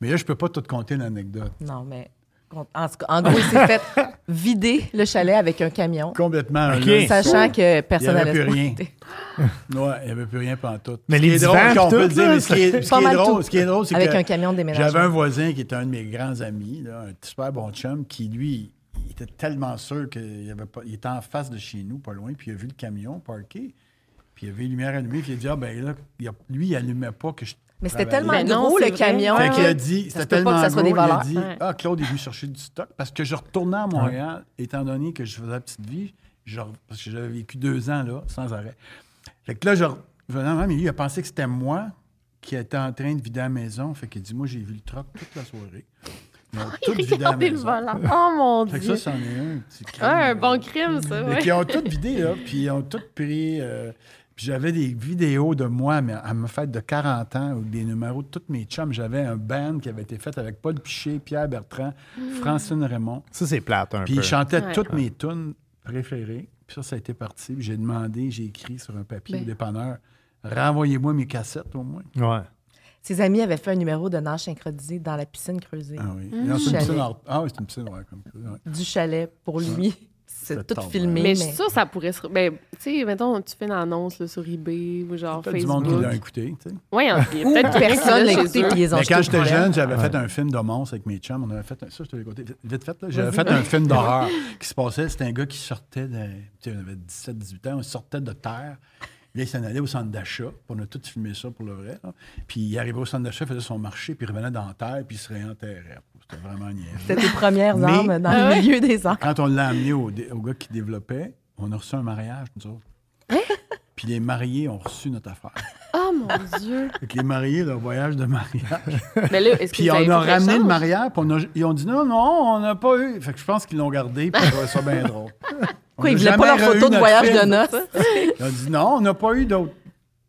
Mais là, je peux pas tout compter l'anecdote. Non, mais en, en tout cas, en gros, il s'est fait vider le chalet avec un camion, Complètement. un OK. lundi soir. sachant que personne Il y avait n'allait plus se rien. pointer. Ouais, il n'y avait plus rien pendant tout. Mais Ce les qui est drôle, divans, qu'on peut tout, le dire, là, mais ce qui est, ce pas qui est mal drôle, tout. ce qui est drôle, c'est Avec que un camion de déménagement. J'avais un voisin qui était un de mes grands amis, là, un super bon chum, qui lui, il était tellement sûr qu'il y avait pas, il était en face de chez nous, pas loin, puis il a vu le camion parké, puis il avait les lumières allumées, puis il a dit ah ben là, il a- lui il allumait pas que je Mais c'était Travailler. tellement Ben non, gros, c'est le vrai. camion. Fait Ouais. qu'il a dit, Ça se peut c'était pas tellement que ça soit gros, des il a voleurs. dit, Ouais. ah, Claude est venu chercher du stock parce que je retournais à Montréal, étant donné que je faisais la petite vie, genre, parce que j'avais vécu deux ans, là, sans arrêt. Fait que là, je revenais à moi, mais lui, il a pensé que c'était moi qui était en train de vider la maison. Fait qu'il dit, moi, j'ai vu le truc toute la soirée. Ils ont tout vidé la Regardez le maison. volant. Oh mon Fait que dieu. ça, c'en est un petit Ouais, crime. un bon crime, ça. Mais Ouais. qui ont toutes vidé, là. Puis ils ont toutes pris. euh, puis j'avais des vidéos de moi mais à ma fête de 40 ans, ou des numéros de tous mes chums. J'avais un band qui avait été fait avec Paul Piché, Pierre Bertrand, Francine Raymond. Ça, c'est plate un Puis peu. ils chantaient Mm. Ouais. toutes mes tunes préférées. Puis ça, ça a été parti. Puis j'ai demandé, j'ai écrit sur un papier Ben. au dépanneur renvoyez-moi mes cassettes au moins. Ouais. Ses amis avaient fait un numéro de nage synchronisé dans la piscine creusée Ah oui. Mm, Non, c'est une Chalet. piscine hors- Ah oui, c'est une piscine, ouais, comme ça, ouais. du chalet pour lui. C'est tout tombe, filmé. Mais, je suis sûre que ça pourrait se. Ben, tu sais, mettons, tu fais une annonce là, sur eBay ou genre Peut-être du monde qui l'a Facebook. écouté, tu sais. Oui, peut-être personne n'a écouté qui qui les ont Mais quand jetés au j'étais poubelle. jeune, j'avais fait un film de monstre avec mes chums. On avait fait un- ça, je te l'ai conté vite- vite fait. là. J'avais fait un film d'horreur qui se passait. C'était un gars qui sortait de. Tu sais, on avait 17, 18 ans, on sortait de terre. Là, il s'en allait au centre d'achat. puis On a tous filmé ça pour le vrai. là. Puis il arrivait au centre d'achat, faisait son marché, puis il revenait dans la terre, puis il se réenterrait. C'était vraiment niaiseux. C'était tes premières Mais- armes Ah dans le milieu des armes. Quand on l'a amené au, dé- au gars qui développait, on a reçu un mariage, nous autres. Puis les mariés ont reçu notre affaire. Oh mon dieu. Fait que les mariés, leur voyage de mariage. Mais là, est-ce que Puis vous avez on a fait ramené le l'échange? mariage, puis on a- ils ont dit non, non, on n'a pas eu. Fait que je pense qu'ils l'ont gardé, puis ils trouvaient ça bien drôle. Quoi, ils ne voulaient pas leur photo de voyage de noces. Ils ont dit non, on n'a pas eu d'autres.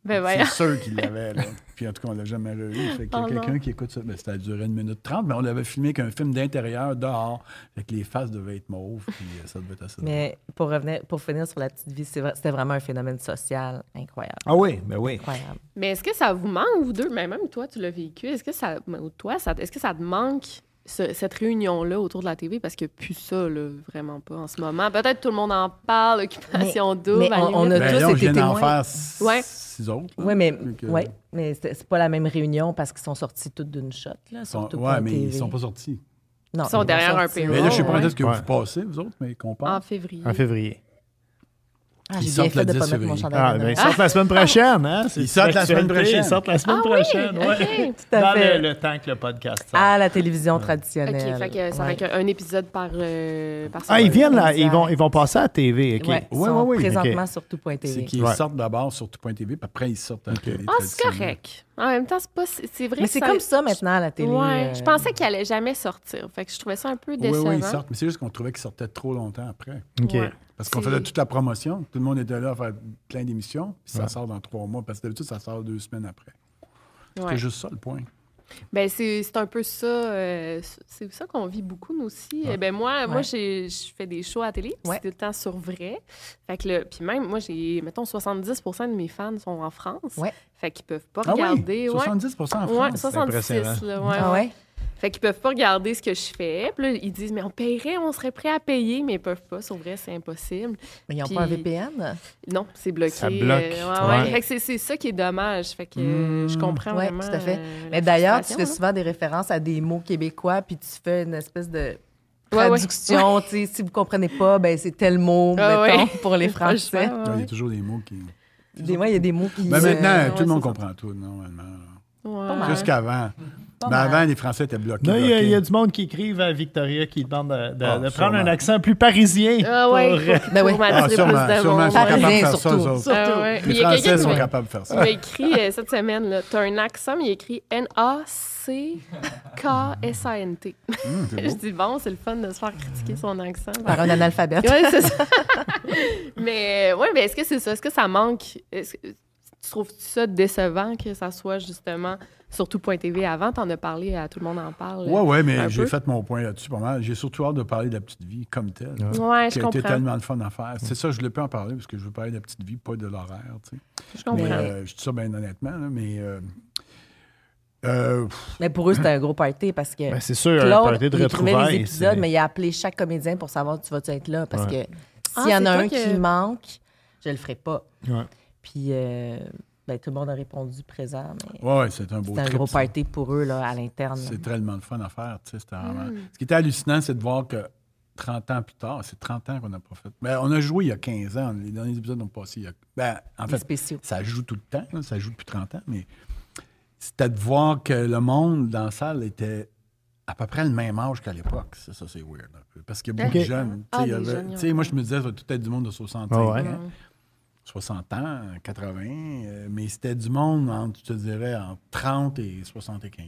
Ben C'est voyons. sûr qu'ils l'avaient, là. Puis en tout cas, on l'a jamais revu. Fait qu'il y a Oh quelqu'un non. qui écoute ça. Ben, ça a duré une minute trente, mais on l'avait filmé avec un film d'intérieur, dehors. Fait que les faces devaient être mauves, puis euh, ça devait être assez drôle. Mais pour, revenir, pour finir sur la petite vie, c'est vrai- c'était vraiment un phénomène social incroyable. Ah oui, ben oui. Incroyable. Mais est-ce que ça vous manque, vous deux? Mais même toi, tu l'as vécu. Est-ce que ça. mais toi, ça... est-ce que ça te manque? ce- cette réunion-là autour de la TV, parce que plus ça, là, vraiment pas en ce moment. Peut-être tout le monde en parle, occupation double. mais à la on- on a limite. tous Ben, là, on été vient d'en témoins. faire six, Ouais. six autres. là. Oui, mais, Fait que- ouais, mais c'est c'est pas la même réunion parce qu'ils sont sortis toutes d'une shot. Là, Sont- surtout ouais, pas en mais TV. ils sont pas sortis. Non, Ils sont vont derrière un E. sortir. paywall. Mais là, je sais pas Ouais. quand est-ce que Ouais. vous passez, vous autres, mais qu'on En parle. février. En février. Ah, Ils j'ai bien sortent le fait de 10 pas mettre mon février. chandail. Ah, de ben, Noël. ils sortent la semaine prochaine, hein? C'est- Ils sortent c'est la semaine l'actualité, prochaine. Ils sortent la semaine Ah oui? prochaine, ouais. OK. à Dans fait. Ah, le, le temps que le podcast sort. À la télévision OK, traditionnelle. fait que ça Ouais. fait qu'un épisode par, euh, par Ah, ils semaine. viennent là, ils Exact. vont, ils vont passer à la TV, OK. Ouais, ils Ouais, sont ouais, ouais, présentement ok. sur tout.tv. C'est qu'ils Ouais. sortent d'abord sur tout.tv, puis après ils sortent hein, en télé Ah, c'est traditionnelle. correct. En même temps, c'est pas... c'est c'est vrai Mais que c'est comme ça maintenant à la télé. Ouais, euh, je pensais qu'il allait jamais sortir. Fait que je trouvais ça un peu Oui, décevant. oui, ils sortent, mais c'est juste qu'on trouvait qu'ils sortaient trop longtemps après. OK. Ouais. Parce qu'on C'est- faisait toute la promotion, tout le monde était là à faire plein d'émissions, puis ça sort dans trois mois, parce que d'habitude, ça sort deux semaines après. Ouais. C'est juste ça le point. Ben c'est c'est un peu ça. euh, c'est ça qu'on vit beaucoup, nous aussi. Eh Ben moi, moi Ouais. j'ai- je fais des shows à télé, puis Ouais. c'est tout le temps sur vrai. Fait que le, puis même, moi, j'ai, mettons, 70 de mes fans sont en France. Ouais. Fait qu'ils peuvent pas Ah regarder. oui, ouais. 70 en France. Ouais, impressionnant. 76, là, ouais, Ah ouais. ouais? Fait qu'ils peuvent pas regarder ce que je fais. Puis là, ils disent, mais on paierait, on serait prêt à payer, mais ils peuvent pas. Sur vrai, c'est impossible. Mais ils n'ont Puis- pas un VPN? Non, c'est bloqué. Euh, Ça bloque. ouais, ouais. Ouais. Fait que c'est, c'est ça qui est dommage. Fait que euh, je comprends Oui, vraiment. Mmh. tout à fait. euh, la Mais d'ailleurs, tu fais frustration, souvent des références à des mots québécois, puis tu fais une espèce de Ouais, ouais. traduction. tu sais, Si vous ne comprenez pas, ben, c'est tel mot, Ah mettons, ouais. pour les là. Français. Franchement, Ah, Il y ouais. a toujours des mots qui. Des fois, il y a des mots qui... Ben, euh, maintenant, tout ouais, le monde c'est comprend tout, normalement. là. Ouais. mal. Jusqu'avant. Pas Mais mal. avant, les Français étaient bloqués. Là, il y, a- bloqués. il y a du monde qui écrive à Victoria qui demande de, de- Ah, de prendre sûrement. un accent plus parisien. Ah pour, ouais, euh, pour, Ben oui. pour m'attirer Ah, plus sûrement, d'avant. sûrement, ils sont capables de Parisiens, faire ça, eux surtout. autres. Ah ouais. Les Il y a quelqu'un Français qui sont m'a- capables de faire ça. m'a écrit euh, cette semaine, là, t'as un accent, mais il écrit N-A-C-K-S-A-N-T. Mmh, je dis, bon, c'est le fun de se faire critiquer son accent. Par un analphabète. Ouais, c'est ça. mais euh, ouais, mais est-ce que c'est ça? Est-ce que ça manque? Est-ce que- tu trouves-tu ça décevant que ça soit justement surtout Point TV avant? T'en as parlé à Tout le monde en parle. Oui, oui, mais un j'ai peu. fait mon point là-dessus pas mal. J'ai surtout hâte de parler de la petite vie comme telle. Ouais, je qui a été comprends. tellement de fun à faire. C'est ça, je ne l'ai pas en parler parce que je veux parler de la petite vie, pas de l'horaire. tu sais. Je comprends. Mais euh, je dis ça bien honnêtement, là, mais. euh, euh, pff, Mais pour eux, c'était un gros party parce que Ben, c'est sûr, un Claude, party de il écrivait les retrouvailles, épisodes, c'est- mais il a appelé chaque comédien pour savoir tu vas-tu être là. Parce que s'il Ah, y en c'est toi a un que- qui manque, je le ferai pas. Ouais. Puis euh, ben, tout le monde a répondu présent, mais ouais, ouais, c'est un beau c'était un trip, gros ça. party pour eux là, à l'interne. C'est tellement de fun à faire. tu sais, c'était vraiment- Mm. Ce qui était hallucinant, c'est de voir que 30 ans plus tard, c'est 30 ans qu'on n'a pas fait. Ben, on a joué il y a 15 ans. Les derniers épisodes ont passé il y a. Ben, en Des fait, spéciaux. ça joue tout le temps. là, ça joue depuis 30 ans, mais c'était de voir que le monde dans la salle était à peu près le même âge qu'à l'époque. Ça, ça, c'est weird. un peu. Parce qu'il y a beaucoup Ok. de jeunes. Tu Ah, sais, il y des avait- jeunes, tu sais, moi, je me disais, ça va tout être du monde de 60 Ah ans. ouais. 60 ans, 80, euh, mais c'était du monde, entre, je te dirais, entre 30 et 75.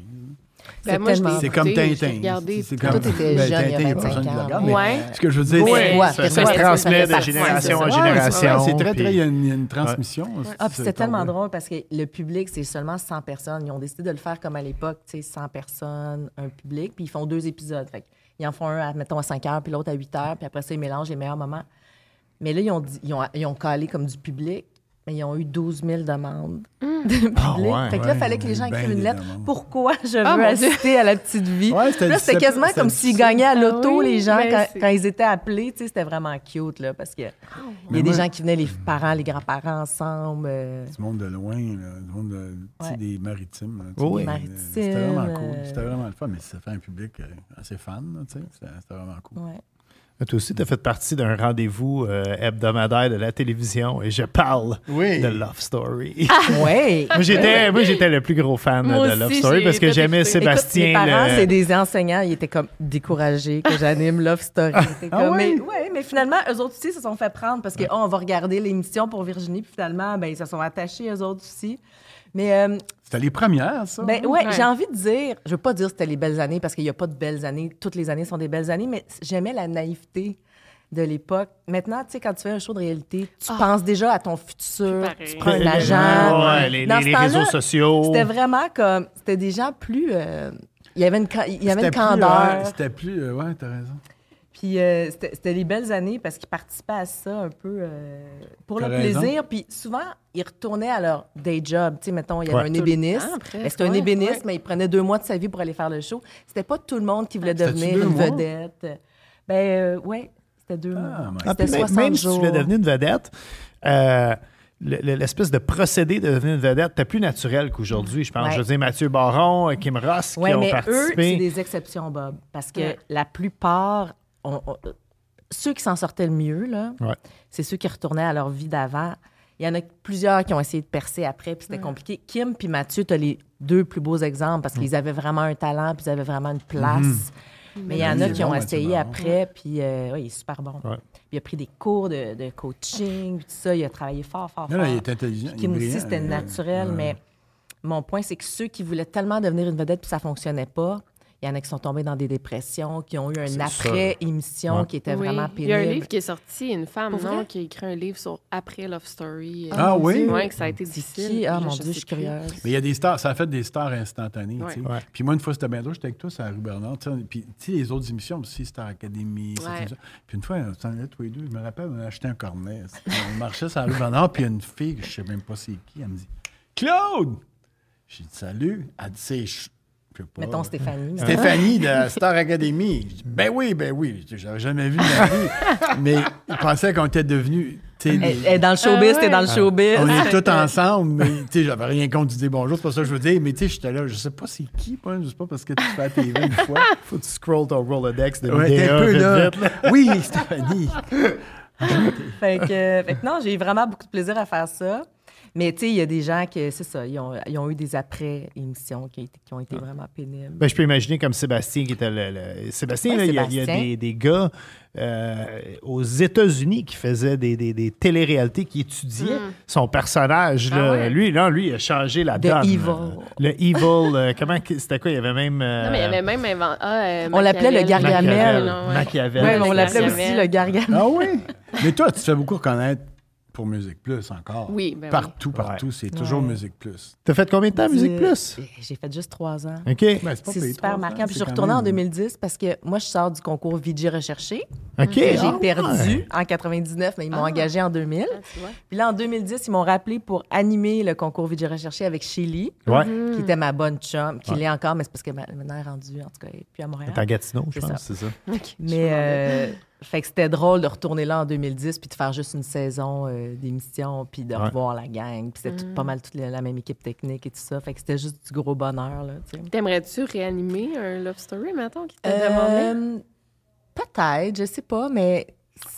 Ben, moi, je tellement l'ai C'est écouté, comme je l'ai Tintin. regardé. C'est Toi, comme- Ben, t'étais jeune, il y a Tintin, a 25 personne qui le ans, regarde, mais- Ouais. mais Ce que je veux dire, Mais c'est- Ouais, ouais, ça, mais ça ouais, se ça, transmet ça fait de partie, génération c'est en ça. Ouais, c'est génération. vrai, C'est très, puis- très. Il y a une, il y a une transmission. c'est- Ah, puis c'était c'est tellement tombé. drôle parce que le public, c'est seulement 100 personnes. Ils ont décidé de le faire comme à l'époque, tu sais, 100 personnes, un public, puis ils font deux épisodes. Fait que ils en font un, à, mettons, à 5 heures, puis l'autre à 8 heures, puis après ça, ils mélangent les meilleurs moments. Mais là, ils ont, dit- ils ont, ils ont calé comme du public, mais ils ont eu 12 000 demandes de ouais, public. fait que là, il ouais, fallait que les gens ben écrivent une des lettre. demandes. Pourquoi je Ah, veux mon Dieu. assister à la petite vie? Ouais, c'était- là, c'était c'était- quasiment c'était comme s'ils difficile. gagnaient à Ah l'auto, oui, les gens, ben, quand, c'est- quand ils étaient appelés. tu sais, C'était vraiment cute, là, parce que il y a des moi- gens qui venaient, les parents, les grands-parents ensemble. euh, Du monde de loin, là, du monde de- tu sais, Ouais. des maritimes. là, tu Oui. sais, Maritimes, Ben, C'était vraiment cool. euh, C'était vraiment le fun, mais ça fait un public euh, assez fan. là, tu sais, C'était c'était vraiment cool. ouais. Mais euh, Toi aussi, tu as fait partie d'un rendez-vous euh, hebdomadaire de la télévision et je parle Oui. de Love Ah, Story. Oui. moi, j'étais, moi, j'étais le plus gros fan Moi de aussi, Love Story j'ai parce que fait j'aimais écouter. Sébastien. mes parents, le- c'est des enseignants. Ils étaient comme découragés que j'anime Love Story. C'était Ah comme, oui? mais, ouais, mais finalement, eux autres aussi se sont fait prendre parce que oh, on va regarder l'émission pour Virginie. Puis finalement, ben, ils se sont attachés, eux autres aussi. Mais euh, C'était les premières, ça. hein? ben, ouais, Mhm. Ouais. j'ai envie de dire, je veux pas dire que c'était les belles années parce qu'il n'y a pas de belles années. Toutes les années sont des belles années, mais j'aimais la naïveté de l'époque. Maintenant, tu sais, quand tu fais un show de réalité, tu penses déjà à ton futur, Ah. pareil. tu prends un Ouais, agent. ouais, les- Dans les- ce les temps-là, réseaux sociaux. C'était vraiment comme, c'était des gens plus, euh, il y avait une, ca- il y avait C'était une plus, candeur. euh, C'était plus. euh, ouais, t'as raison. Puis euh, c'était c'était les belles années parce qu'ils participaient à ça un peu euh, pour le T'as raison. plaisir. Puis souvent, ils retournaient à leur day job. Tu sais, mettons, il y avait Ouais. un Tout le ébéniste. temps, presque, Ben, C'était un ouais, ébéniste, ouais. mais il prenait deux mois de sa vie pour aller faire le show. C'était pas tout le monde qui voulait Ah, C'était-tu devenir deux une mois? vedette. Ben, euh, ouais, c'était deux mois. my Ah, C'était puis même- 60 même si jours. tu voulais devenir une vedette, euh, le- le- l'espèce de procédé de devenir une vedette, t'es plus naturel qu'aujourd'hui, je pense. Ouais. Je veux dire, Mathieu Baron, euh, Kim Ross Oui, qui ont mais eux, c'est participé. des exceptions, Bob. Parce que Ouais. la plupart, on- on- ceux qui s'en sortaient le mieux, là, Ouais. c'est ceux qui retournaient à leur vie d'avant. Il y en a plusieurs qui ont essayé de percer après, puis c'était compliqué. Kim puis Mathieu, tu as les deux plus beaux exemples parce Mm. qu'ils avaient vraiment un talent, puis ils avaient vraiment une place. Mais il y en a Il est qui bon, ont Mm-hmm. Mathieu essayé Baron. après, puis euh, ouais, il est super bon. Puis Il a pris des cours de, de coaching, puis tout ça. Il a travaillé fort, fort, Non, fort. non, il est intelligent, Puis il est Kim aussi, brillant, c'était euh, naturel, ouais. mais mon point, c'est que ceux qui voulaient tellement devenir une vedette puis ça fonctionnait pas, il y en a qui sont tombés dans des dépressions, qui ont eu un après-émission qui était Oui. vraiment Il pénible. y a un livre qui est sorti, une femme, Pour non, vrai? qui a écrit un livre sur après Love Story. Ah Euh, oui? Ouais, que ça a été C'est difficile. qui? Ah Là, mon Dieu, sais je suis plus. curieuse. Mais il y a des stars, ça a fait des stars instantanées. Ouais. tu sais. Ouais. Puis moi, une fois, c'était bien drôle, j'étais avec toi, c'est à la rue Bernard. tu sais, Puis tu sais, les autres émissions aussi, Star Academy, cette Ouais. émission. Puis une fois, on s'en allait tous les deux. Je me rappelle, on a acheté un cornet. On marchait sur la rue Bernard, puis il y a une fille, je sais même pas c'est qui, elle me dit Claude J'ai dit Salut. Elle dit C'est. ch- je sais pas. Euh, Mettons Stéphanie. mais- Stéphanie de Star Academy. Je dis, ben oui, ben oui. Je dis, J'avais jamais vu de ma vie. Mais il pensait qu'on était devenus. tu sais, Elle, des- elle est dans le showbiz, Ah ouais. t'es dans le showbiz. on est tous ensemble, mais tu sais, j'avais rien contre du dire bonjour, c'est pas ça que je veux dire, mais tu sais, j'étais là, je sais pas c'est qui, moi, je sais pas parce que tu fais la TV une fois. Faut que tu scrolls ton Rolodex de Ouais, t'es vidéos. un peu vite, là. vite, là. Oui, Stéphanie. fait, que, euh, fait que non, j'ai eu vraiment beaucoup de plaisir à faire ça. Mais tu sais, il y a des gens qui, c'est ça, ils ont, ils ont eu des après-émissions qui, ont été- qui ont été vraiment pénibles. Ben, je peux imaginer comme Sébastien qui était le. le- Sébastien, Ouais, là, il y a- il y a, Sébastien. des, des gars euh, aux États-Unis qui faisaient des, des, des téléréalités, qui étudiaient son personnage. là. ouais. Lui, là, lui, il a changé la Hmm. Ah The donne. Evil. Le Evil. euh, comment que- c'était quoi? Il y avait même. euh, Non, mais il y avait même ah, euh, inventé. On l'appelait le Gargamel. Machiavel. Non, ouais. Machiavel. Ouais, mais on le l'appelait Gargamel. aussi le gargamel. Ah oui? Mais toi, tu te fais beaucoup reconnaître pour Musique Plus encore. Oui, ben oui. Partout, partout, c'est toujours Ouais. Musique Plus. T'as fait combien de temps à Musique Plus? Euh, J'ai fait juste trois ans. OK. Ben, pas C'est payé super trois marquant. Puis je cents, c'est suis quand retournée en même- 2010 parce que moi, je sors du concours VJ recherché. OK. que ah j'ai ouais. perdu en 99, mais ils m'ont engagé en 2000. Ah. tu vois. Puis là, en 2010, ils m'ont rappelé pour animer le concours Vidéo Recherché avec Shelly, Ouais. qui était ma bonne chum, qui l'est encore, mais c'est parce que ma- maintenant elle est rendue, en tout cas, elle n'est plus à Montréal. T'es en Gatineau, je C'est pense, ça. c'est ça. Mais euh, fait que c'était drôle de retourner là en 2010 puis de faire juste une saison euh, d'émission puis de revoir la gang. Puis c'était tout- pas mal toute la, la même équipe technique et tout ça. Fait que c'était juste du gros bonheur, là, tu sais. T'aimerais-tu réanimer un Love Story, mettons, qui t'a demandé? Euh, Peut-être, je sais pas, mais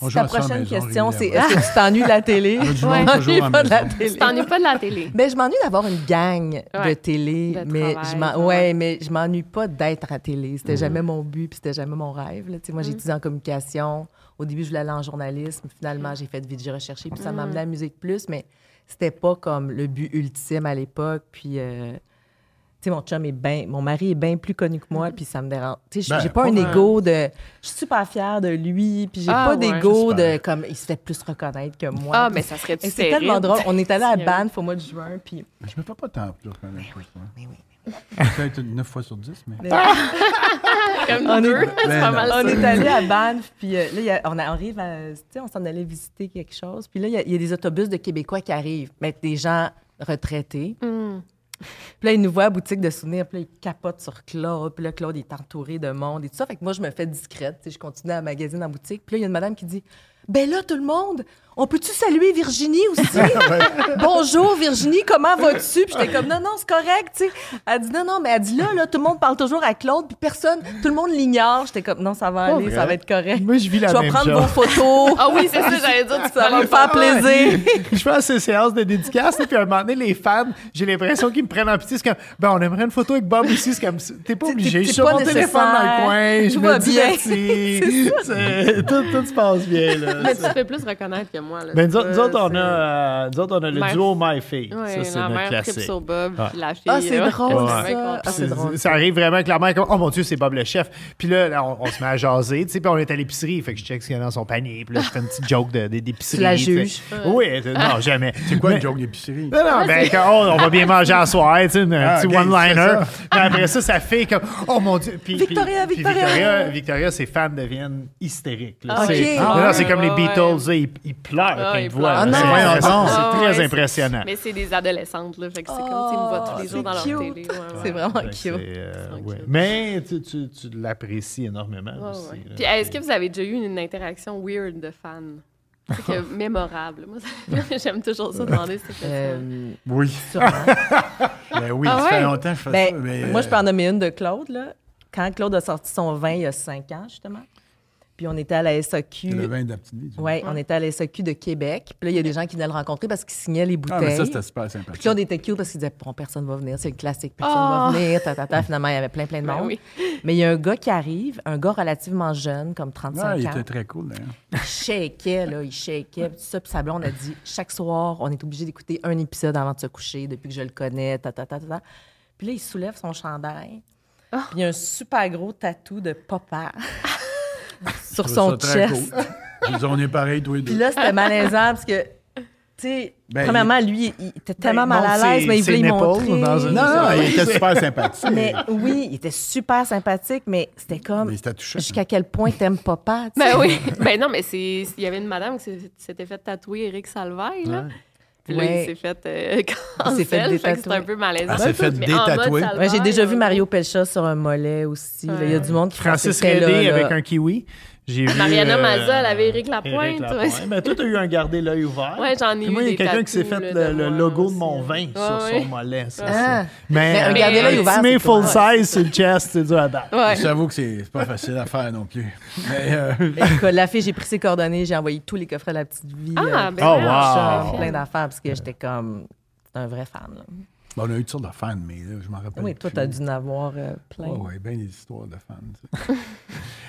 On joue Ta ensemble à la prochaine maison question, c'est régulièrement. est-ce que tu t'ennuies de la télé? Ah, du monde toujours T'ennuies à la pas de la maison. télé. T'ennuies pas de la télé. Ben, je m'ennuie d'avoir une gang de Ouais. télé, De mais travail, je ouais. m'en- ouais, mais je m'ennuie pas d'être à télé. C'était jamais mon but, puis c'était jamais mon rêve. là. Tu sais, Mhm. Moi, j'ai étudié en communication. Au début, je voulais aller en journalisme. Finalement, j'ai fait vie de recherché, puis ça Mhm. m'a amené à la musique plus, mais c'était pas comme le but ultime à l'époque. Puis, euh, tu sais, mon chum est bien, mon mari est bien plus connu que Mhm. moi, puis ça me dérange. Tu sais, j'ai- Ben, j'ai pas un pas- ego de. Je suis super fière de lui, puis j'ai Ah, ouais. pas d'ego de J'espère. comme il se fait plus reconnaître que moi. Ah, Puis mais ça serait et c'est tellement drôle. On est allé à Banff au mois de juin, puis Mais Je me fais pas tant plus quand même. pour hein. ça. mais Ben oui. Peut-être 9 fois sur 10, mais. Comme On est- deux, c'est Ben pas non. mal ça. on est allé à Banff, puis euh, là, il y a- on arrive à. Tu sais, on s'en allait visiter quelque chose. Puis là, il y a- il y, a des autobus de Québécois qui arrivent, mais des gens retraités. Puis là, ils nous voient à boutique de souvenirs, puis là, ils capotent sur Claude. Puis là, Claude il est entouré de monde et tout ça. Fait que moi, je me fais discrète. tu sais, Je continue à magasiner en boutique. Puis là, il y a une madame qui dit Ben là, tout le monde, on peut-tu saluer Virginie aussi Bonjour Virginie, comment vas-tu Puis j'étais comme Non, non, c'est correct. tu sais. Elle dit Non, non, mais elle dit Là, là, tout le monde parle toujours à Claude, puis personne, tout le monde l'ignore. J'étais comme Non, ça va aller, vrai. ça va être correct. Moi, je vis la Je vais même prendre chose. vos photos. Ah oui, c'est ça, j'allais dire, tu ça va parlais me pas. faire plaisir. Ah, je fais ces séances de dédicaces, et puis à un moment donné, les fans, j'ai l'impression qu'ils me prennent en pitié. C'est comme, ben, on aimerait une photo avec Bob aussi. C'est comme, t'es pas T'es- obligé. t'es Je suis sur pas mon téléphone dans le coin, nécessaire. je Tout me va bien. divertis. C'est- tout, tout se passe bien, là. Mais tu te fais plus reconnaître que moi. Là. Ben, nous, autres- Ça, nous autres, on c'est- a, euh, nous autres, on a le My- duo My Fee. Ouais, ça, c'est la notre mère tripe classique. sur Bob, puis la fille. Ah, c'est là. drôle, Ouais. Ouais, ça. Ah, content. c'est C'est- drôle. Ça arrive vraiment que la mère est comme Oh mon Dieu, c'est Bob le chef. Puis là, là, on, on se met à jaser, tu sais, puis on est à l'épicerie. Fait que je check ce qu'il y a dans son panier. Puis là, je fais une petite joke de- de- d'épicerie. Tu la tu sais. juges. Oui, euh, non, jamais. C'est quoi le joke d'épicerie? Non, non, ben, quand, oh, on va bien manger à soir, tu sais, un Ah, petit ok, one-liner. c'est Mais après ça, ça fait comme, oh mon Dieu. Puis, puis- Victoria, puis Victoria. Victoria, Victoria, ses fans deviennent hystériques. là. Ah, C'est- ok. Non, non, c'est Ah, comme les ouais, Beatles, ouais. là, ils, ils pleurent Ah, quand ils ils te voient. pleurent. là. Ah, C'est non. vraiment- Ah, C'est ouais, très c'est- impressionnant. Mais c'est des adolescentes, là. Fait que c'est comme, tu sais, ils me voient tous les jours dans leur Ah, c'est télé. cute. ouais, ouais. C'est vraiment Fait que c'est, cute. euh, cute. ouais. Mais tu, tu- tu l'apprécies énormément Ah, Ouais, aussi. ouais. euh, là. Puis est-ce que vous avez déjà eu une interaction weird de fans? C'est que mémorable. Moi, ça- j'aime toujours ça demander cette question. Euh, Oui. sûrement. Ben oui, Ah ça fait ouais? longtemps que je fais Ben, ça. Mais, moi, euh, je peux en nommer une de Claude. Là. Quand Claude a sorti son vin il y a cinq ans, justement, puis on était à la SAQ. Le vin de la petite vie, tu vois. Ouais, on était à la SAQ de Québec. Puis là, il y a des gens qui venaient le rencontrer parce qu'ils signaient les Ah, bouteilles. mais ça, c'était super Puis sympathique. Claude était cute parce qu'il disait Bon, personne va venir, c'est le classique, personne va Oh. venir, ta, ta, ta. Finalement, il y avait plein, plein de Ben monde. oui. Mais il y a un gars qui arrive, un gars relativement jeune, comme 35 Ouais, Ah, il ans. était très cool, d'ailleurs. Il shakeait, là, il shakeait, puis tout ça. Puis sa blonde a dit chaque soir, on est obligé d'écouter un épisode avant de se coucher, depuis que je le connais, ta, ta, ta, ta, ta. Puis là, il soulève son chandail. Ah! Puis il y a un super gros tatou de papa sur Je son trouve ça très chest. cool. Je veux dire, on est pareil tous les deux. Puis là, c'était malaisant parce que, tu sais, Ben, premièrement, lui, il était tellement il montre mal à l'aise, ses- mais il voulait Ben, ses y nipples montrer. dans une- non, non, il était super sympathique. Mais oui, il était super sympathique, mais c'était comme Mais c'était touchant. jusqu'à quel point t'aimes papa. tu sais. Ben oui. Ben non, mais c'est. Il y avait une madame qui s'est- s'était fait tatouer Eric Salvaille, là. Puis là, Ouais. il s'est fait euh, Il s'est fait cancel, fait que c'est détatouer. un peu malaisant. Elle s'est fait Mais en mode détatouer. Salvaille, Ouais, j'ai déjà vu euh, Mario Pelcha sur un mollet aussi. là. Il y a du monde qui Francis pensait que c'était Redé là, là. avec un kiwi. J'ai vu, Mariana euh, Mazza, elle avait Éric Lapointe, Éric ouais. Ben, toi, t'as eu un garder l'œil ouvert. Ouais, j'en ai Puis eu Moi, il y a des quelqu'un qui s'est tatous, fait là, le, de le moi logo de aussi. mon vin sur Ouais, son ouais. mollet. ça, Ah. c'est- Mais, Mais un euh, garder l'œil un ouvert, petit c'est main full cool. size sur le chest, c'est dur à battre. Ouais. J'avoue que c'est c'est pas facile à faire non plus. Mais euh, En tout cas, Ben, la fille, j'ai pris ses coordonnées, j'ai envoyé tous les coffrets de la petite vie. Ah, euh, ben Oh, ouais, wow. je- genre, plein d'affaires parce que j'étais comme. C'est un vrai fan. là. bon, on a eu toutes sortes de fans, mais là, je m'en rappelle Oui, toi, plus. t'as dû en avoir euh, plein. Oui, oui, bien des histoires de fans. ça.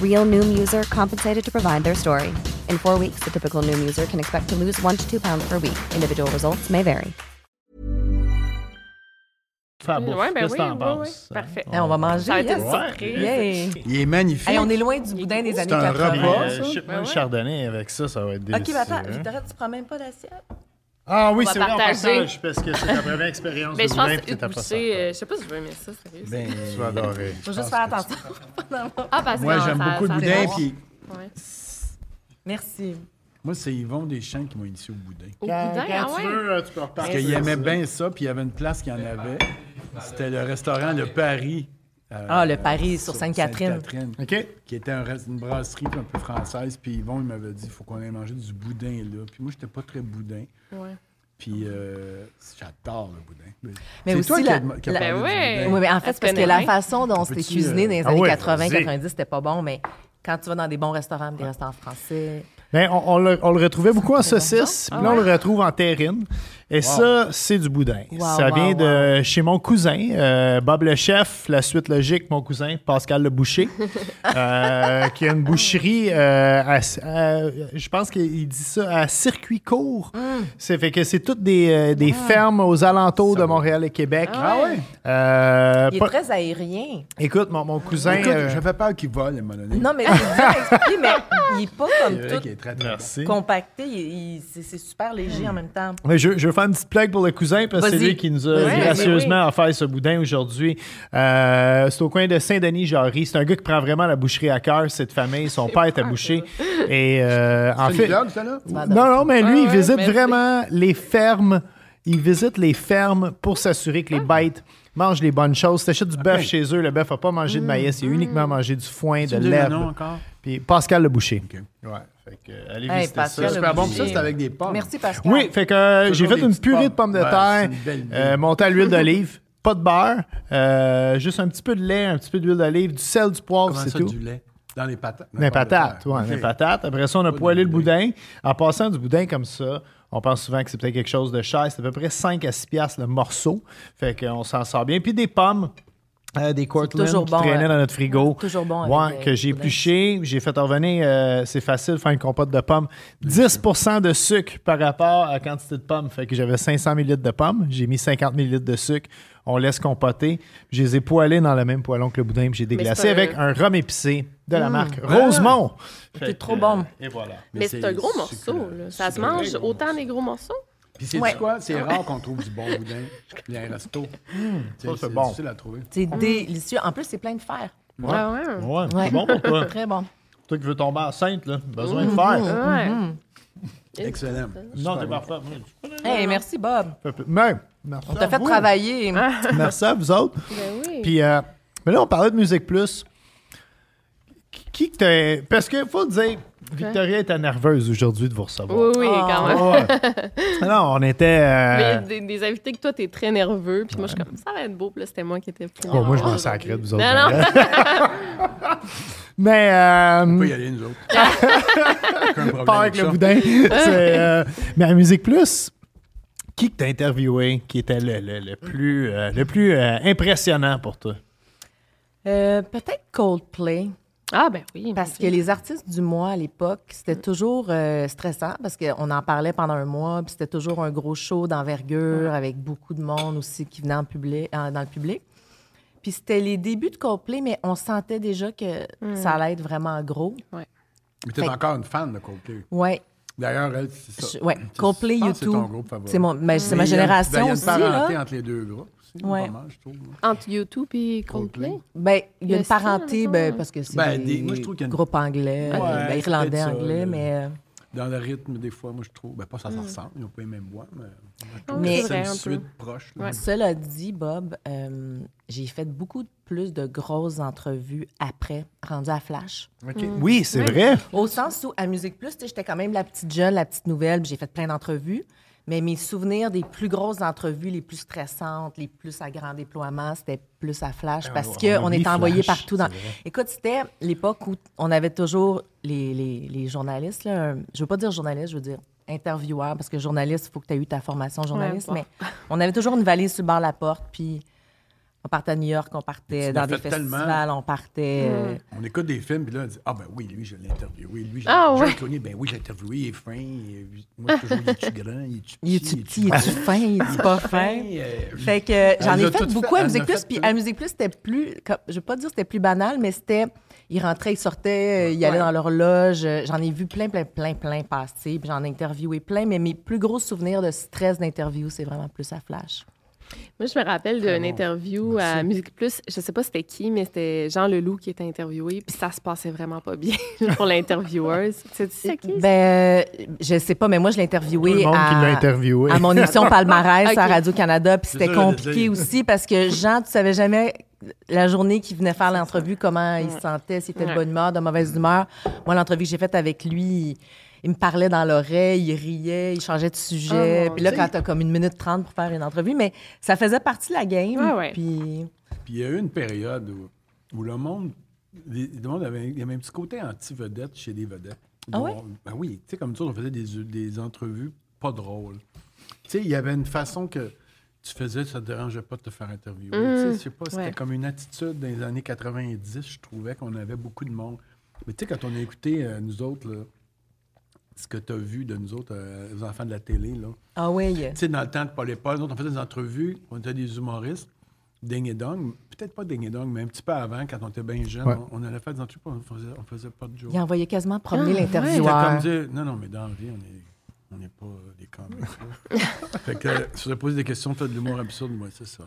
Real Noom user compensated to provide their story. In four weeks, the typical Noom user can expect to lose one to two pounds per week. Individual results may vary. Faire bouffe. Ouais, ben Qu'est-ce que oui, t'en oui, penses? hein? oui. Parfait. Eh, on va Ça manger. va être yes. une surprise. Yay. Il est magnifique. Hey, on est loin du boudin des années un 80. repas, Euh, je sais pas, ça? Ben le ouais. ben, chardonnay avec ça, ça va être délicieux. Ok, mais attends, hein. Victoria, tu prends même pas d'assiette. Ah oui, va c'est vrai, on partager. partage parce que c'est ta première expérience Mais de je vin, puis pense c'est ta que façon. pousser, euh, je sais pas si je veux aimer ça, sérieux. Ben, Tu vas adorer. Faut juste faire attention. Ah, parce que moi, non, j'aime ça- beaucoup le ça boudin. fait Puis, bon. Ouais. Merci. moi, c'est Yvon Deschamps qui m'a initié au boudin. Au Quand, boudin, quand ah tu ouais. veux, euh, tu peux Parce repartir. qu'il aimait bien ça, puis il y avait une place qu'il en avait. C'était le restaurant Le Paris. euh, Ah, le Paris sur Sainte-Catherine. Sainte-Catherine, OK. Qui était un rest- une brasserie puis un peu française. Puis Yvon, il m'avait dit, il faut qu'on aille manger du boudin là. Puis moi, j'étais pas très boudin. Ouais. Puis euh, j'adore le boudin. Mais C'est aussi toi qui la- as- qui as la- parlé Ben du ouais. boudin. Oui, mais Elle en fait, se c'est parce que connaît la bien. façon dont c'était Peux-tu, cuisiné euh, dans les ah années ouais, 80, vas-y. Ah. 90, c'était pas bon, mais quand tu vas dans des bons restaurants, des restaurants français, Ben, on, on le, on le retrouvait beaucoup en saucisse, puis là, on le retrouve en terrine. Et ça, c'est du boudin. Ah Wow, ça wow, vient de chez mon cousin, euh, Bob le chef, la suite logique, mon cousin, Pascal le boucher, euh, qui a une boucherie, euh, à- à- je pense qu'il dit ça, à circuit court. Hum. C'est fait que c'est toutes des, euh, des Ah. fermes aux alentours de Montréal et Québec. Ah ouais? Euh, il est pas- très aérien. Écoute, mon, mon cousin... Écoute, euh, j'avais peur qu'il vole à un moment donné. Non, mais c'est dur à expliquer, mais il est pas C'est comme vrai tout qu'il est très, très merci. compacté. il- il- c'est c'est super léger en même temps. Mais je, je veux faire une petite plaque pour le cousin parce que c'est Vas-y. lui qui nous a Vas-y, gracieusement offert ce boudin aujourd'hui. Euh, c'est au coin de Saint-Denis-Jarry. C'est un gars qui prend vraiment la boucherie à cœur, cette famille. Son père était boucher. Et euh, en bon. Ah, C'est fait. une blague, ça, là? vas Non, non, mais lui, Ouais, il ouais, visite merci. vraiment les fermes. Il visite les fermes pour s'assurer que les Ah. bêtes mangent les bonnes choses. T'achètes du bœuf Ok. chez eux. Le bœuf n'a pas mangé Mm. de maïs. Il a uniquement mangé du foin, de me dis le nom l'herbe. encore? Puis Pascal le boucher. OK. Ouais. Fait que, euh, allez Hey, visiter Pascal ça. le Super bon, boucher. puis ça, c'est avec des pommes. Merci, Pascal. Oui, fait que euh, j'ai Toujours fait des une petites purée de pommes pommes. de Ouais, terre, c'est une belle vie. euh, montée à l'huile d'olive, pas de beurre, euh, juste un petit peu de lait, un petit peu d'huile d'olive, du sel, du poivre, Comment c'est ça, tout. du lait? Dans les patates. Des patates, ouais, OK. des patates. Après ça, on a poêlé le d'huile. boudin. En passant du boudin comme ça, on pense souvent que c'est peut-être quelque chose de cher. C'est à peu près 5 à 6 piastres le morceau. Fait qu'on s'en sort bien. Puis des pommes, euh, des Cortland toujours qui bon, traînaient hein. dans notre frigo. Toujours bon avec, Ouais, euh, que j'ai du boudin. épluché. J'ai fait revenir, euh, c'est facile, faire une compote de pommes. 10 de sucre par rapport à la quantité de pommes. Fait que j'avais 500 ml de pommes. J'ai mis 50 ml de sucre. On laisse compoter. Je les ai poêlés dans le même poêlon que le boudin. Puis j'ai déglacé c'est un- avec un rhum épicé de Mmh. la marque Ah! Rosemont. C'est trop bon. Et voilà. Mais c'est un gros succulent. morceau, là. Ça se Succulent. mange autant des gros morceaux? Puis c'est Ouais. quoi? C'est rare qu'on trouve du bon boudin. Il y a un resto. Hmm. Ça, c'est C'est bon. difficile à trouver. C'est délicieux. En plus, c'est plein de fer. Ah ouais. Ouais, Ouais. c'est bon pour toi. Très bon. toi qui veux tomber enceinte, là, besoin Mmh. de faire. Ouais. Excellent. Non, t'es parfait. Hey, merci, Bob. Mais, merci On à t'a fait vous. travailler. Merci à vous autres. Ben oui. Puis, euh, mais là, on parlait de Musique Plus. Qui- Qui que t'es... Parce que faut dire, Victoria était nerveuse aujourd'hui de vous recevoir. Oui, oui, Oh. quand même. Ouais. Ah non, on était... euh, Mais des, des invités que toi, t'es très nerveux. Puis moi, je suis comme, ça va être beau. Puis là, c'était moi qui étais plus. Bon, moi, je nerveuse m'en sacrais de aujourd'hui. vous autres. Non, non. Mais... euh, On peut y aller, nous autres. Aucun problème pas avec le ça. boudin. C'est, euh, mais à Musique Plus, qui que t'as interviewé qui était le, le- le plus, euh, le plus euh, impressionnant pour toi? Euh, Peut-être Coldplay. Ah, ben oui. Parce que les artistes du mois à l'époque, Mm. c'était toujours euh, stressant parce qu'on en parlait pendant un mois, puis c'était toujours un gros show d'envergure avec beaucoup de monde aussi qui venait en public, en- dans le public. Puis c'était les débuts de Coldplay, mais on sentait déjà que Mm. ça allait être vraiment gros. Mais t'es Fait- encore une fan de Coldplay. Ouais, D'ailleurs, elle, c'est ça. je- ouais. C'est- Coldplay, je pense que YouTube. C'est ton groupe favori. C'est mon, ben, c'est Mais ma il y a- ben, génération Il y a une aussi parenté là. entre les deux groupes. C'est Ouais. pas mal, je trouve. Entre YouTube et Coldplay. Ben, il y a Le une style, parenté mettons. ben, parce que c'est Ben, des, des- moi, je trouve qu'il y a une- groupes anglais, Ouais, ben, c'est irlandais, peut-être ça, anglais, là. mais euh, Dans le rythme, des fois, moi, je trouve. Ben, pas ça, ça ressemble. Ils n'ont pas les mêmes voix, mais. moi, je trouve Mm. Mais- que c'est Ouais, un une peu. suite proche. là. Ouais. Cela dit, Bob, euh, j'ai fait beaucoup de- plus de grosses entrevues après, rendues à Flash. Mm. Oui, c'est vrai. Au sens où, à Musique Plus, tu sais, j'étais quand même la petite jeune, la petite nouvelle, puis j'ai fait plein d'entrevues. Mais mes souvenirs des plus grosses entrevues, les plus stressantes, les plus à grand déploiement, c'était plus à Ah, Flash parce on qu'on oublie était envoyé Flash, partout. Dans... Écoute, c'était l'époque où on avait toujours les, les- les journalistes. Là, un- je veux pas dire journaliste, je veux dire intervieweur, parce que journaliste, il faut que tu aies eu ta formation journaliste. Ouais, mais on avait toujours une valise sur le bord de la porte, puis On partait à New York, on partait Tu dans l'as des fait tellement. festivals, on partait. euh, On écoute des films, puis là, on dit Ah, ben oui, lui, je l'ai interviewé. Lui, j'ai Ah, Jean ouais. Clooney, ben oui, j'ai interviewé. Il est fin. il est- Moi, toujours, il est-tu grand Il est-tu Il est-tu petit, il est-tu fin, il est-tu pas fin? Fait que euh, j'en Elle ai l'a fait tout beaucoup à fait, elle Musique l'a fait Plus. Puis tout. à Musique Plus, c'était plus, comme- je veux pas dire c'était plus banal, mais c'était, ils rentraient, ils sortaient, euh, ils allaient dans leur loge. Euh, J'en ai vu plein, plein, plein, plein passer. Puis j'en ai interviewé plein, mais mes plus gros souvenirs de stress d'interview, c'est vraiment plus à Flash. Moi, je me rappelle d'une interview à Musique Plus. Je sais pas c'était qui, mais c'était Jean Leloup qui était interviewé. Puis ça se passait vraiment pas bien pour l'intervieweuse. C'est ça qui? Ben, euh, je sais pas, mais moi, je l'ai interviewé. Tout le monde à, qui l'a interviewé. À mon émission Palmarès Ok. à Radio-Canada. Puis C'est c'était ça, j'allais compliqué dire. aussi parce que Jean, tu savais jamais la journée qu'il venait faire l'entrevue, comment il se sentait, s'il était de Ouais. bonne humeur, de mauvaise humeur. Moi, l'entrevue que j'ai faite avec lui, il, il me parlait dans l'oreille, il riait, il changeait de sujet. Oh, mon puis là, Dieu. quand t'as comme une minute trente pour faire une entrevue, mais ça faisait partie de la game. Ah ouais. Puis. Puis il y a eu une période où, où le monde, les- le monde avait, il y avait un petit côté anti-vedette chez les vedettes. Ah Où ouais? on- ben oui, tu sais, comme ça, on faisait des, des entrevues pas drôles. Tu sais, il y avait une façon que tu faisais, ça te dérangeait pas de te faire interviewer. Tu Mmh. sais, je sais pas, c'était ouais. comme une attitude dans les années 90, je trouvais qu'on avait beaucoup de monde. Mais tu sais, quand on a écouté, euh, nous autres, là, ce que tu as vu de nous autres, euh, les enfants de la télé, là, Ah oui. tu sais, dans le temps de Paul et Paul, nous autres, on faisait des entrevues, on était des humoristes, ding et dong, peut-être pas ding et dong, mais un petit peu avant, quand on était bien jeune, Ouais. on, on allait faire des entrevues, puis on faisait, on faisait pas de jokes. Il envoyait quasiment promener Ah, ouais. C'était l'intervieweur. comme dire, non, non, mais dans la vie, on est. On n'est pas des comics. là. fait que, euh, si je posé des questions, tu as de l'humour absurde, moi, c'est ça.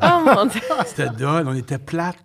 Oh mon Dieu! C'était dole, on était plate.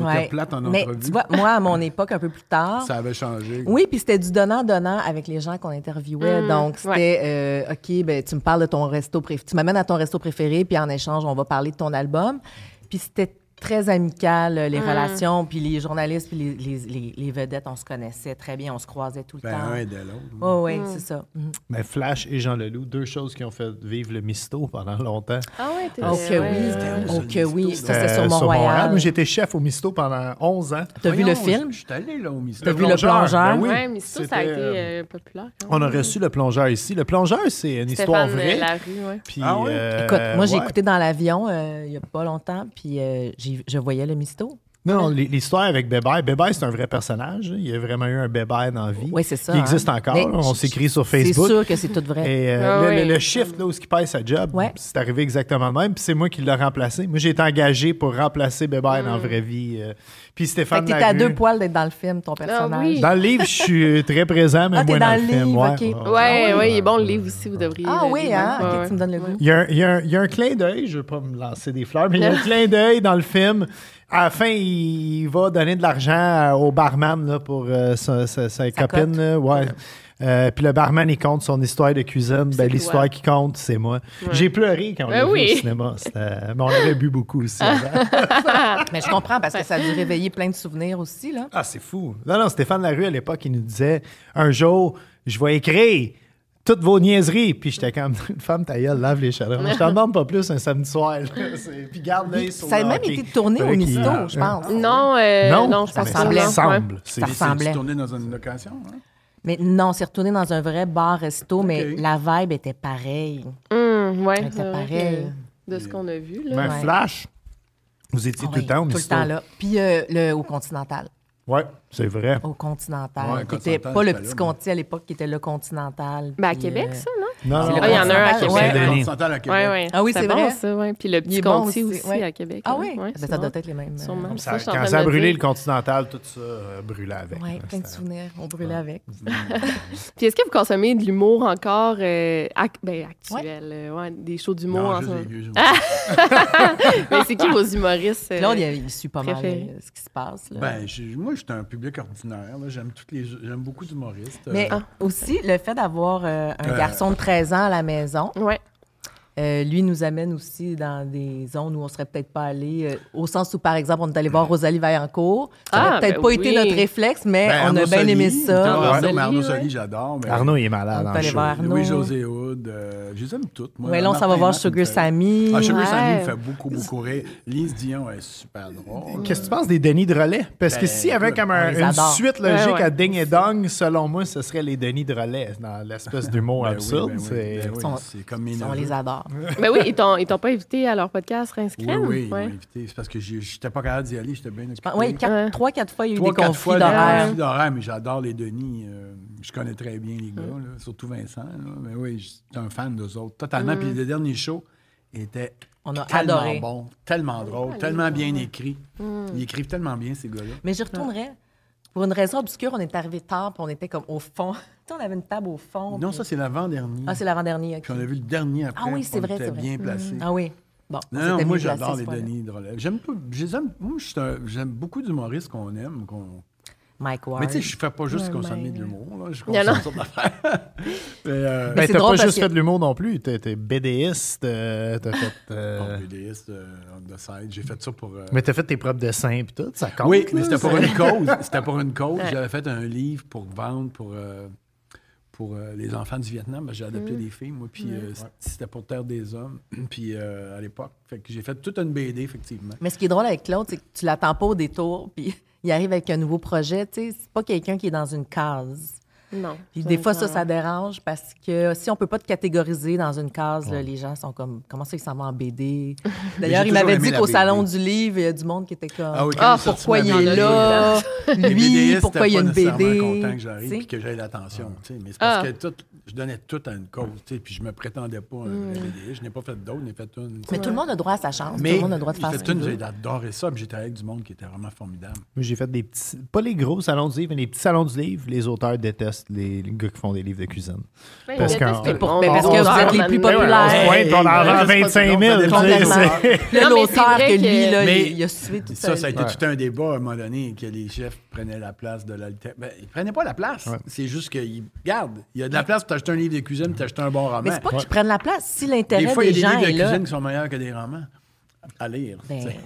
On Ouais. était plate en mais entrevue. tu vois, moi, à mon époque, un peu plus tard, ça avait changé. Oui, puis c'était du donnant-donnant avec les gens qu'on interviewait. Donc, c'était, euh, OK, ben, tu me parles de ton resto préféré. Tu m'amènes à ton resto préféré, puis en échange, on va parler de ton album. Puis c'était très amical, euh, les relations. Puis les journalistes, puis les, les- les- les vedettes, on se connaissait très bien, on se croisait tout le Ben, temps. un de l'autre. Oh, oui, c'est ça. Mhm. Mais Ben, Flash et Jean Leloup, deux choses qui ont fait vivre le misto pendant longtemps. Ah ouais, t'es Oh, que oui. Oh, que oui. Ça, Euh, C'était sur Mont-Royal. Moi, j'étais chef au misto pendant 11 ans. T'as vu le Voyons, film? Je je suis allé là au Le mystère. vu le plongeur? ben oui. Ouais, mais ça, ça a C'était, été euh, euh, populaire. quand On a même. reçu le plongeur ici. Le plongeur, c'est une histoire Stéphane euh, vraie. Larue, ouais. Puis, Ah ouais? euh, Écoute, moi, j'ai ouais. écouté dans l'avion euh, il y a pas longtemps, puis euh, j'ai- je voyais le misto. Non, non, l'hi- l'histoire avec Bébert. Bébert, c'est un vrai personnage. hein. Il y a vraiment eu un Bébert dans la vie. Oui, c'est ça. Qui hein. existe encore. Mais là. On je- s'écrit sur C'est Facebook. sûr que c'est tout vrai. Et euh, Ah le, oui. le- le shift là, où il paye sa job, Ouais. c'est arrivé exactement le même. Puis c'est moi qui l'ai remplacé. Moi, j'ai été engagé pour remplacer Bébert Mm. dans la vraie vie. euh. Puis Fait Stéphane que t'es à Larue- deux poils d'être dans le film, ton personnage. Ah oui. Dans le livre, je suis très présent, mais Ah, t'es moins dans dans, le le film. livre, ouais. ok. Ouais. Ouais, ouais, il est bon le livre aussi, vous devriez. Ah le oui, lire. hein? Ouais, Ok, ouais. tu me donnes le goût. Il y, a un, il y a un- il y a un clin d'œil, je ne veux pas me lancer des fleurs, mais il y a un clin d'œil dans le film. À la fin, il va donner de l'argent euh, au barman là, pour euh, sa, sa- sa copine. cote. là, ouais. Euh, puis le barman, il compte son histoire de cuisine. Ben, toi. L'histoire qui compte, c'est moi. J'ai pleuré quand on Ben l'a vu oui. au cinéma. C'était- Mais on avait bu beaucoup aussi. avant. Mais je comprends parce que ça a dû réveiller plein de souvenirs aussi, là. Ah, c'est fou. Non, non, Stéphane Larue, à l'époque, il nous disait un jour, je vais écrire toutes vos niaiseries. Puis j'étais comme une femme ta gueule, lave les chaleurs. Moi, Je t'en demande pas plus un samedi soir. là. C'est- Puis garde l'œil sur Ça a le même hockey. été tourné au Faudrait qu'il- misto, je pense. Non, euh, non, Non, je ça pense pas. semblait. non. semble. Ouais. C'est- Ça C'est- ressemblait. C'est tourné dans une location. Hein? Mais non, c'est retourné dans un vrai bar-resto, mais Ok. la vibe était pareille. Hum, ouais, Elle était c'est vrai pareille. que De ce qu'on a vu, là. Ben, Ouais. Flash, vous étiez Ah tout le oui, temps au Tout le misto. temps, là. Puis euh, le, au Continental. Ouais, c'est vrai. Au Continental. Ouais, T'étais Continental, pas le c'était petit là, Conti à l'époque qui était le Continental. Ben, à puis, Québec, euh, ça, non? Non, le non, Ah, il y en a un à Continental, Québec. ouais. Saint-Denis. On s'entendait à Québec. Ouais, ouais. Ah oui, C'était c'est bon, vrai. ça, ouais. Puis le Il petit est bon Conti aussi, ouais. à Québec. Ah là. oui? Ouais, Ben, ça sûrement. doit être les mêmes. euh, Sûrement. Ça- Ça, je suis en quand train ça de a me brûlé dire. le Continental, tout ça euh, brûlait avec. Ouais, là. plein de C'était- souvenirs. On brûlait avec. Euh, Puis est-ce que vous consommez de l'humour encore euh, ac- ben, actuel? euh, Ouais. des shows d'humour Non, en ce juste moment? les vieux jours. Mais c'est qui vos humoristes? euh, Claude, il, il suit pas mal préféré. euh, ce qui se passe. Là. Ben, j'ai- moi, je suis un public ordinaire. là. J'aime toutes les, j'aime beaucoup d'humoristes. Mais Euh, aussi, le fait d'avoir euh, un Euh. garçon de 13 ans à la maison, Ouais. euh, lui nous amène aussi dans des zones où on serait peut-être pas allé, euh, au sens où, par exemple, on est allé voir Rosalie Vaillancourt. Ça Ah, aurait peut-être ben pas oui. été notre réflexe, mais ben, on a Arnaud bien Soli, aimé ça. Arnaud, Arnaud mais Arnaud Soli, Soli, j'adore. mais- Arnaud, il est malade On en peut aller show. voir Arnaud. Louis-José Hood, euh, je les aime toutes. Moi, Ouais, là, on s'en va Martin voir Matt, il me Sugar fait- Sammy. Ah, Sugar Ouais. Sammy me fait beaucoup, beaucoup rire. Lise Dion est super drôle. Qu'est-ce que tu penses des Denis de relais? Parce que Ben, s'il y avait écoute, comme on un- les une adore. suite logique Ouais, ouais. à Ding et Dong, selon moi, ce serait les Denis de relais dans l'espèce d'humour Ben oui, absurde. ben oui, c'est- ben oui, Sont- C'est comme mes On neveux. les adore. tard. Ben oui, ils t'ont, ils t'ont pas invité à leur podcast Rince Oui, Crème? oui, ils m'ont ouais. invité. C'est parce que j'ai- j'étais pas capable d'y aller, j'étais bien occupé. Oui, Ah, quatre, trois, quatre fois, il y a eu Trois, des quatre conflits fois, des d'horaire. conflits d'horaire, mais j'adore les Denis. euh, je connais très bien les gars, là, surtout Vincent. là. Mais oui, j'étais un fan d'eux autres, totalement. Puis les derniers shows étaient Mm. On a tellement adoré. Mm. bons, tellement drôles, tellement bien écrits. Ils écrivent tellement bien, ces gars-là. Mais j'y retournerais. Pour une raison obscure, on est arrivé tard, puis on était comme au fond. Tu sais, on avait une table au fond. Non, puis- ça, c'est l'avant-dernier. Ah, c'est l'avant-dernier. ok. Puis on a vu le dernier après. Ah oui, c'est on vrai, était c'est vrai. bien placé. Ah oui. Bon, c'était Non, non, mieux moi, placé, j'adore ce les fois-là. Denis Drolet. J'aime pas. je les aime- Moi, je suis un- j'aime beaucoup d'humoristes qu'on aime. qu'on- Mike Ward. Mais tu sais, je fais pas juste ben, consommer de l'humour. là. Je non. consomme toutes sortes d'affaires. Mais, euh, Ben, c'est t'as pas drôle parce juste que- fait de l'humour non plus. T'es t'es BDiste, euh, t'as fait. euh, bon, BDiste, euh, on the side. J'ai fait ça pour. euh, Mais t'as fait tes propres dessins puis tout, ça compte. oui, mais là, c'était ça. pour une cause. C'était pour une cause. J'avais fait un livre pour vendre pour, euh, pour euh, les enfants du Vietnam. parce que J'ai adopté Mm. des filles, moi. Puis euh, c'était pour Terre des Hommes. Puis euh, à l'époque, fait que j'ai fait toute une BD, effectivement. Mais ce qui est drôle avec Claude, c'est que tu l'attends pas au détour, puis il arrive avec un nouveau projet. Tu sais, c'est pas quelqu'un qui est dans une case. Non. Puis c'est des fois, ça, vraiment- ça dérange parce que si on peut pas te catégoriser dans une case, là, les gens sont comme comment ça, ils s'en vont en BD. D'ailleurs, j'ai il toujours m'avait aimé dit la qu'au BD. salon du livre, il y a du monde qui était comme Ah oui, quand Ah, j'ai sorti pourquoi ma il BD, est là Les Lui, BDistes pourquoi il y a étaient une pas nécessairement BD contents que j'arrive Tu et sais? que j'aille l'attention. tu sais. Mais c'est parce Ah. que tout, je donnais tout à une cause. tu sais, Puis je me prétendais pas un vrai BD. Je n'ai pas fait d'autres, n'ai fait une. Mm. Mais tout le monde a droit à sa chance. tout le monde a le droit de j'ai faire fait ce qu'il une, veut. J'ai adoré ça. puis J'étais avec du monde qui était vraiment formidable. Moi, J'ai fait des petits, pas les gros salons du livre, mais les petits salons du livre. Les auteurs détestent les, les gars qui font des livres de cuisine. Ben, Parce ils que- détestent pour- Ben, parce que on- vous on- êtes on- les plus on- populaires. On se pointe, on en vend Ouais, je sais pas, 25 000. on fait des tu sais, Complètement. c'est- Puis là, Non, mais c'est l'auteur vrai que lui, que- là, Mais- il, il a suivi tout Ça, ça a été Ouais. tout un débat à un moment donné que les chefs prenaient la place de l'alter. Ben, ils prenaient pas la place. C'est juste qu'ils. Regarde, il y a de la place pour t'acheter un livre de cuisine puis t'acheter un bon roman. Mais c'est pas que je prenne la place. Si l'intérêt Des des, fois, il y a gens des livres est de là, cuisine qui sont meilleurs que des romans à lire. tu sais.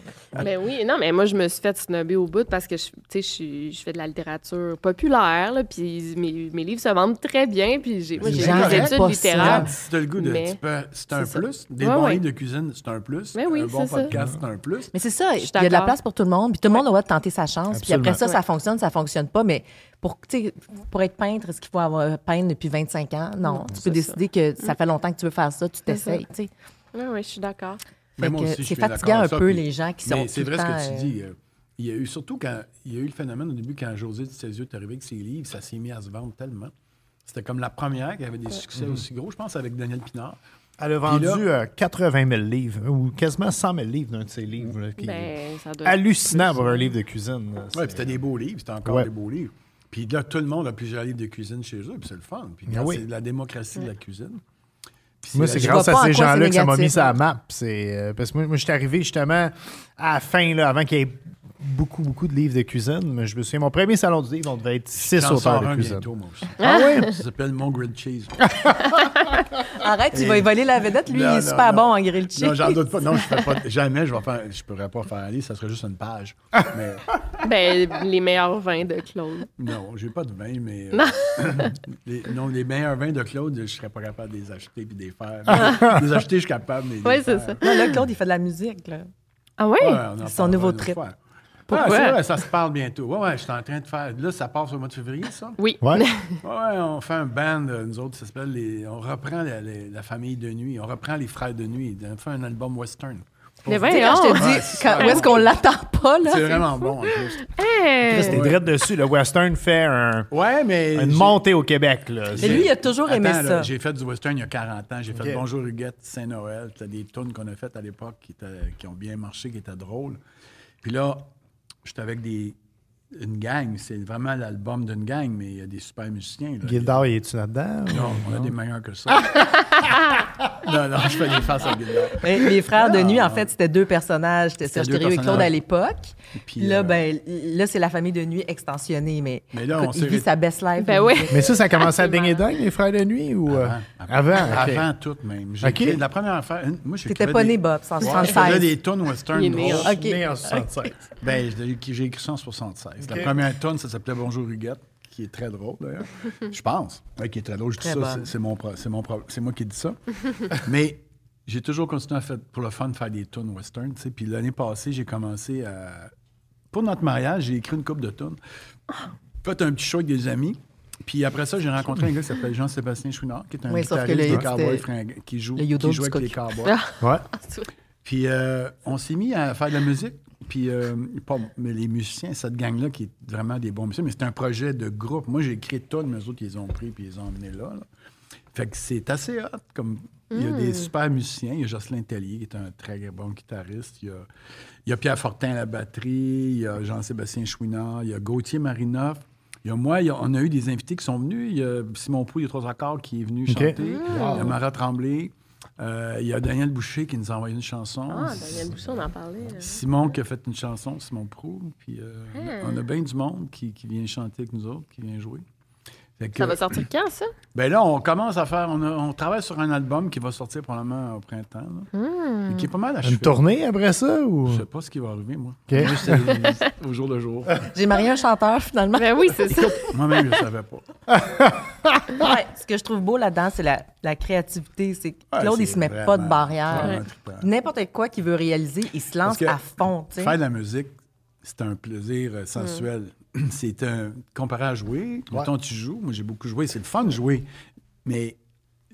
Ben oui, non, mais moi, je me suis fait snobber au bout parce que, je- tu sais, je, suis- je fais de la littérature populaire, là, puis mes, mes livres se vendent très bien, puis j'ai, moi, Les j'ai gens des aiment études pas littéraires. Si t'as le goût de. Mais tu peux- C'est un c'est ça. plus. Des Ouais, bons ouais. livres de cuisine, c'est un plus. Mais oui, un bon c'est ça. podcast, c'est un plus. mais c'est ça, il suis y a de la d'accord. place pour tout le monde, puis tout le monde a le droit de tenter sa chance, puis après ça, ça fonctionne, ça fonctionne pas, mais pour, tu sais, pour être peintre, est-ce qu'il faut avoir peint depuis 25 ans? Non, tu peux décider que Mm. ça fait longtemps que tu veux faire ça, tu t'essayes, tu sais. Oui, oui, je suis d'accord. Mais moi que aussi, je c'est suis bien fatigant d'accord avec un ça, peu, puis- les gens qui mais sont C'est tout le vrai ce que temps, tu dis. euh, Il y a eu surtout quand il y a eu le phénomène au début quand José de Césio est arrivé avec ses livres, ça s'est mis à se vendre tellement. C'était comme la première qui avait des succès Mm-hmm. aussi gros, je pense, avec Daniel Pinard. Elle a Puis vendu là- euh, 80 000 livres, ou quasiment 100 000 livres d'un de ses livres. là, qui- Ben, ça doit hallucinant hein. pour un livre de cuisine. là, Oui, c'est- puis c'était des beaux livres, c'était encore Ouais. des beaux livres. Puis là, tout le monde a plusieurs livres de cuisine chez eux, puis c'est le fun. Ah Puis regarde, oui. c'est la démocratie de la cuisine. Puis Moi, la- c'est Je grâce vois à pas en ces quoi gens-là c'est que ça m'a mis négatif. ça à map. C'est, euh, parce que moi, moi je suis arrivé justement à la fin, là, avant qu'il y ait beaucoup, beaucoup de livres de cuisine. Mais je me souviens, mon premier salon du livre, on devait être six J'en auteurs sors de un cuisine. bientôt, moi aussi. Ah oui? Ça s'appelle Mon Grilled Cheese. Arrête, tu vas y voler la vedette, lui, il Non, est non, super non. bon hein, en grilled cheese. Non, j'en doute pas. Non, je ferais pas. Jamais je vais faire. Je pourrais pas faire un livre, ça serait juste une page. Mais Ben, les meilleurs vins de Claude. non, j'ai pas de vin, mais. euh, les, non, les meilleurs vins de Claude, je serais pas capable de les acheter puis de les faire. les acheter, je suis capable, mais. les Oui, c'est faire- ça. Là, là, Claude, il fait de la musique, là. Ah oui? Ouais, on en Son parlera nouveau une autre trip. fois. Ouais, Pourquoi? c'est vrai, ça se parle bientôt. Ouais, ouais, je suis en train de faire. Là, ça passe au mois de février, ça? Oui. Ouais. Ouais, ouais, on fait un band, euh, nous autres, ça s'appelle les... On reprend la, la- la famille de nuit, on reprend les frères de nuit, on fait un album western. Mais Tu Ben sais, voyons! quand je te dis, Ouais, c'est quand- super où est-ce bon. qu'on l'attend pas, là? C'est vraiment bon, en plus. Hey! C'était direct dessus. Le western fait un- Ouais, mais. une j'ai- montée au Québec. Là. Mais lui, il a toujours aimé Attends, là, ça. J'ai fait du western il y a 40 ans. J'ai fait Ok. Bonjour Huguette, Saint-Noël. C'était des tunes qu'on a faites à l'époque qui, étaient- qui ont bien marché, qui étaient drôles. Puis là, j'étais avec des, une gang. C'est vraiment l'album d'une gang, mais il y a des super musiciens. là. Gildor, il est-tu là-dedans? Non, on a des meilleurs que ça. Ah! non, non, je fais des faces à Gildor. Mais les frères de nuit, en fait, c'était deux personnages. C'était Serge deux Thériault et Claude personnages. à l'époque. Puis, Puis là, euh, ben, là c'est la famille de nuit extensionnée, mais, Mais là, on écoute, il s'est vit ré- sa best life. Ben lui. oui. Mais ça, ça a commencé à dinguer dingue, les frères de nuit? ou euh, Avant. ok. Avant tout, même. J'ai Ok. écrit La première affaire. une- Moi, T'étais j'écrivais pas des- né, Bob, c'est en Ouais, je faisais 76. des tunes western Il est né hein. en- drôles. Je Ok. suis né en 76. Ben, je l'ai- j'ai écrit ça en 76. La Ok. première tonne, ça s'appelait Bonjour Huguette, qui est très drôle d'ailleurs. Je pense. Ouais, qui est très drôle. Je dis Très ça, bonne. c'est- c'est mon, pro- c'est mon pro- c'est moi qui dis ça. Mais j'ai toujours continué à faire, pour le fun, de faire des tunes western. tu sais. Puis l'année passée, j'ai commencé à. Pour notre mariage, j'ai écrit une coupe de tunes. Fait un petit show avec des amis. Puis après ça, j'ai rencontré un gars qui s'appelle Jean-Sébastien Chouinard, qui est un Oui, sauf que guitariste le- des Cowboys c'était fringants, qui joue, le qui Yodo joue du avec les coq. Cowboys. Ouais. Puis euh, on s'est mis à faire de la musique. Puis, euh, pas moi, mais les musiciens, cette gang-là, qui est vraiment des bons musiciens, mais c'est un projet de groupe. Moi, j'ai écrit tout, mais eux autres, ils les ont pris puis ils les ont emmenés là. là. Fait que c'est assez hot. Comme, Il y a des super musiciens. Il y a Jocelyn Tellier, qui est un très bon guitariste. Il y a, il y a Pierre Fortin à la batterie. Il y a Jean-Sébastien Chouinard. Il y a Gauthier Marinoff. Il y a moi. il y a- on a eu des invités qui sont venus. Il y a Simon Pou, il y a trois accords, qui est venu chanter. Ah. Il y a Marat Tremblay. Euh, il y a Daniel Boucher qui nous a envoyé une chanson. Ah, Daniel Bouchon, on en parlait. là. Simon qui a fait une chanson, Simon Prou. Puis euh, on a- Hein. on a bien du monde qui, qui vient chanter avec nous autres, qui vient jouer. Fait que- Ça va sortir quand, ça? ben là, on commence à faire. On, a- on travaille sur un album qui va sortir probablement au printemps. là. Hmm. Et qui est pas mal à Une cheval. tournée après ça ou. Je sais pas ce qui va arriver, moi. Ok. Moi, c'est au jour le jour. J'ai marié un chanteur, finalement. Ben oui, c'est ça. Moi-même, je savais pas. Ouais, ce que je trouve beau là-dedans, c'est la, la créativité. C'est que Ouais, Claude, il c'est se met vraiment- pas de Ah barrière. vraiment trippant. N'importe quoi qu'il veut réaliser, il se lance Parce que à fond. tu sais. Faire de la musique, c'est un plaisir euh, sensuel. Hmm. C'est un. Comparé à jouer, quand tu joues, moi j'ai beaucoup joué, c'est le fun de jouer. Mais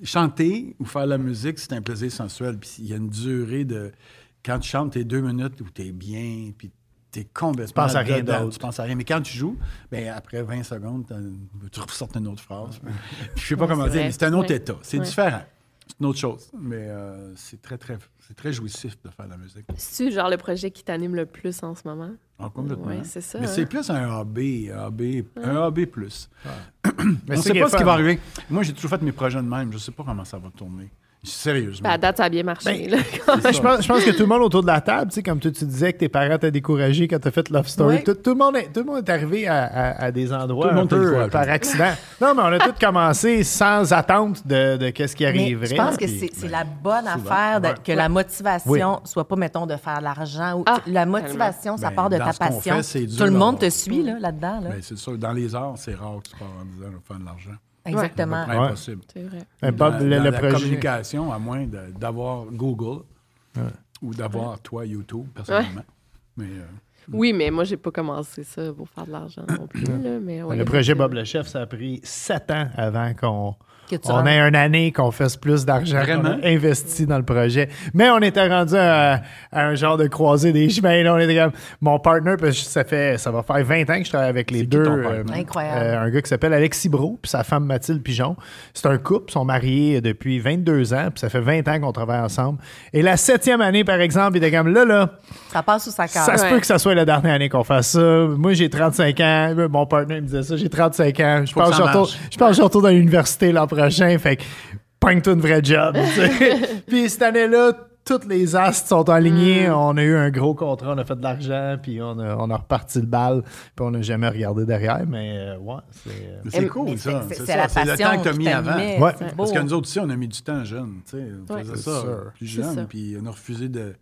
chanter ou faire de la musique, c'est un plaisir sensuel. Puis il y a une durée de. Quand tu chantes, t'es deux minutes où t'es bien, puis t'es complètement. penses à rien dedans, d'autre. Tu penses à rien. Mais quand tu joues, ben après 20 secondes, t'as- tu ressortes une autre phrase. Je sais pas comment dire, vrai. mais c'est un autre Ouais. état. C'est différent. C'est une autre chose. Mais euh, c'est très, très, c'est très jouissif de faire de la musique. C'est genre le projet qui t'anime le plus en ce moment. Ah, complètement. Ouais, c'est ça, Mais hein. c'est plus un AB, AB, un AB plus. Mais On c'est ne sait qu'il pas est ce qui fun. va arriver. Moi, j'ai toujours fait mes projets de même. Je ne sais pas comment ça va tourner. Sérieusement. Ben, à date, ça a bien marché. là. Ben, je, pense, je pense que tout le monde autour de la table, tu sais, comme toi, tu disais que tes parents t'ont découragé quand t'as fait Love Story, Ouais. tout, tout le monde est, tout le monde est arrivé à, à- à des endroits Tout le un monde t'a peu, découragé. euh, par accident. Non, mais on a tous commencé sans attente de, de qu'est-ce qui Mais arriverait. je pense que puis- c'est ben, c'est la bonne affaire de- que la motivation soit pas, mettons, de faire de l'argent. ou- Ah, la motivation, ça Ben, part de dans ta ce qu'on passion. fait, c'est dur Tout le monde d'avoir- te suit là, là-dedans. là. Ben, c'est sûr. Dans les arts, c'est rare que tu pars en disant je vais faire de l'argent. Exactement. C'est impossible. C'est vrai. Euh, Bob, Dans- le, dans le la projet. communication, à moins de- d'avoir Google ou d'avoir toi, YouTube, personnellement. Mais euh, Oui, mais moi, j'ai pas commencé ça pour faire de l'argent non plus. là, mais ouais, Le projet Bob le Chef, ça a pris sept ans avant qu'on Que tu on rentres. ait une année qu'on fasse plus d'argent qu'on Vraiment? a investi dans le projet. Mais on était rendu à, à un genre de croisée des chemins. là. on était comme mon partner, parce que ça fait ça va faire 20 ans que je travaille avec les deux. ton euh, partner? Incroyable. euh, un gars qui s'appelle Alexis Bro puis sa femme Mathilde Pigeon. C'est un couple, ils sont mariés depuis 22 ans, puis ça fait 20 ans qu'on travaille ensemble. Et la septième année, par exemple, il était comme là, là. Ça passe sous sa Ça carte. se Ouais. peut que ça soit la dernière année qu'on fasse ça. Moi, j'ai 35 ans. Mon partenaire me disait ça. J'ai 35 ans. Je Faut que pense ça surtout, marche. je pense surtout dans l'université l'an prochain. Fait que, pogne-toi une vraie job. tu sais. puis cette année-là, toutes les astres sont alignés. On a eu un gros contrat. On a fait de l'argent. Puis on a, on a reparti le bal. Puis on n'a jamais regardé derrière. Mais euh, ouais, c'est. euh, mais c'est Mais- cool, mais ça. c'est- C'est ça. la C'est le temps passion que tu as qui mis avant. t'animait, Ouais. c'est beau. Parce que nous autres aussi, on a mis du temps jeune. tu sais, On Ouais. faisait C'est ça sûr. plus C'est ça. jeune, puis on a refusé de,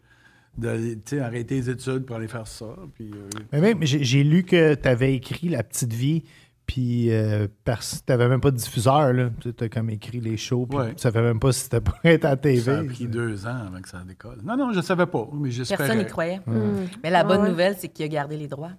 de, tu sais, arrêter les études pour aller faire ça. Puis, euh, Mais même, j'ai j'ai lu que tu avais écrit La Petite Vie, puis euh, parce que t'avais même pas de diffuseur, là. Tu as comme écrit les shows, puis Ouais. tu savais même pas si t'étais pas être à la TV. ça a pris deux ans avant que ça décolle. Non, non, je ne savais pas, mais j'espérais. Personne n'y croyait. Mais la bonne Mm. Ouais. nouvelle, c'est qu'il a gardé les droits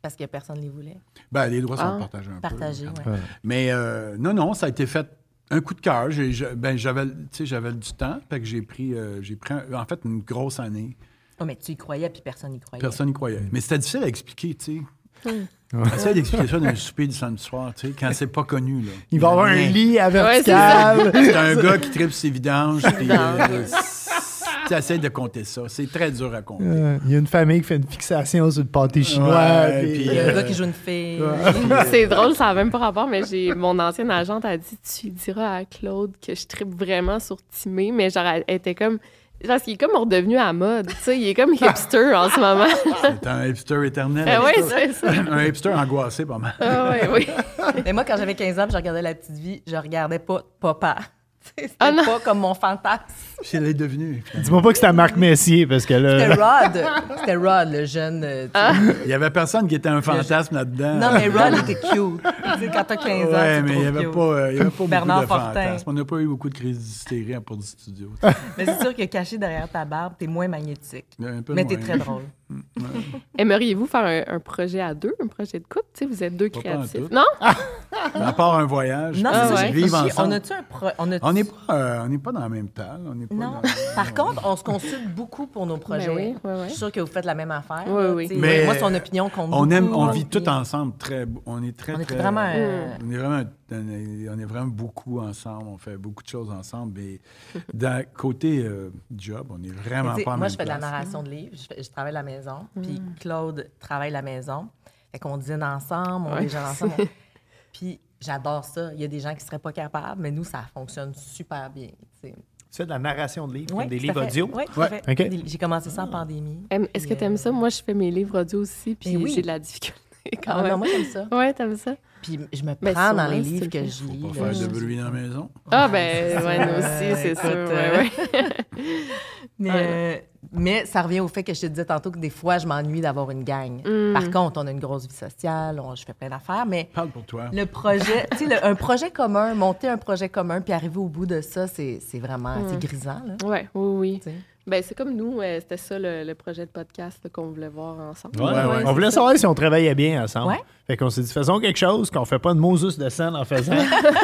parce que personne ne les voulait. Ben, les droits sont partagés un Ah, Partagés, peu. ouais. Mais euh, non, non, ça a été fait un coup de cœur. J'ai- je- ben, J'avais tu sais, j'avais du temps, fait que j'ai pris, euh, j'ai pris un- en fait une grosse année. Oh, mais tu y croyais, puis personne n'y croyait. Personne n'y Mm. croyait. Mais c'était difficile à expliquer, tu Mm. sais. Essaye d'expliquer ça dans le souper du samedi soir, tu sais, quand c'est pas connu. Là. Il va y avoir un Rien. lit à Ouais, c'est ça. vertical. C'est un gars qui tripe ses vidanges. puis, euh, Tu essaies de compter ça. C'est très dur à compter. Euh, Il y a une famille qui fait une fixation sur le pâté chinois. Ouais, puis- puis, Il y a un euh, gars qui joue une fille. C'est drôle, ça n'a même pas rapport, mais j'ai mon ancienne agente a dit Tu diras à Claude que je tripe vraiment sur Timé, mais genre, elle était comme. Parce qu'il est comme redevenu à mode, tu sais, il est comme hipster en ce moment. C'est un hipster éternel. Ben Ah ouais, hipster. c'est ça. un hipster angoissé pas mal. Ah ouais, oui. Mais moi, quand j'avais 15 ans, puis je regardais La Petite Vie, je regardais pas Papa. C'était Ah non. pas comme mon fantasme. Puis elle est devenue. euh, Dis-moi pas que c'était Marc Messier, parce que C'était là. Rod. C'était Rod, le jeune. euh, tu- Ah. Il y avait personne qui était un fantasme là-dedans. Non, mais Rod était cute. Tu sais, quand t'as 15 ans, Ouais, tu mais il n'y trouves avait cute. pas, euh, il y avait pas Bernard beaucoup de Fortin. fantasmes. On n'a pas eu beaucoup de crises d'hystérie à part du studio. Mais c'est sûr que caché derrière ta barbe, t'es moins magnétique. Un peu Mais t'es moins. très drôle. Aimeriez-vous faire un, un projet à deux, un projet de couple? Tu sais, vous êtes deux Pas Ah! créatifs. pantoute. Non? À part un voyage, Non, Ah puis c'est ça, j'ai vivre réfléchi. On ensemble. a-tu un pro- on a-tu- On n'est pas, euh, on n'est pas dans la même table. On n'est pas Non. dans- Par contre, on se consulte beaucoup pour nos projets. Ben oui, oui, oui. Je suis sûre que vous faites la même affaire. Oui, là, oui. tu sais. Mais moi, son opinion compte on aime, beaucoup, on là, vit puis tout ensemble. Très, on est très, On est très- vraiment, euh, on est vraiment, on est- on est vraiment beaucoup ensemble. On fait beaucoup de choses ensemble. Mais d'un côté euh, job, on est Mais vraiment tu sais, pas. en Moi, même je fais de la place. narration de livres, je, fais- je travaille la maison, puis Claude travaille la maison. Fait qu'on dîne ensemble, on Ouais. déjeune ensemble. on- puis j'adore ça. Il y a des gens qui seraient pas capables, mais nous, ça fonctionne super bien. tu sais. Tu fais de la narration de livres, comme Ouais, des tout à livres fait. audio. Ouais, tout à Ouais. fait. Ah. OK. Des- J'ai commencé ça en pandémie. Aime- Est-ce que Puis, t'aimes euh, ça? Moi, je fais mes livres audio aussi, puis Ben oui. j'ai de la difficulté quand ah, même. non, moi, j'aime ça. Ouais, t'aimes ça? Puis je me Ben, prends dans sûrement, les si tu livres le que fais. je Faut lis. Pas là. faire de bruit dans la maison. Ah, ben, ouais, nous Euh, aussi, c'est écoute, sûr. euh, ouais, ouais. Mais, euh, mais ça revient au fait que je te disais tantôt que des fois, je m'ennuie d'avoir une gang. Mm. Par contre, on a une grosse vie sociale, on- je fais plein d'affaires, mais Parle pour toi. le projet, tu sais, le- un projet commun, monter un projet commun, puis arriver au bout de ça, c'est c'est vraiment c'est Mm. grisant. Là. Ouais, oui, tu oui. sais. Ben, c'est comme nous, euh, c'était ça le, le projet de podcast là, qu'on voulait voir ensemble. Ouais, ouais. ouais, On c'est voulait ça. savoir si on travaillait bien ensemble. Ouais. Fait qu'on s'est dit, faisons quelque chose qu'on fait pas de Moses de scène en faisant.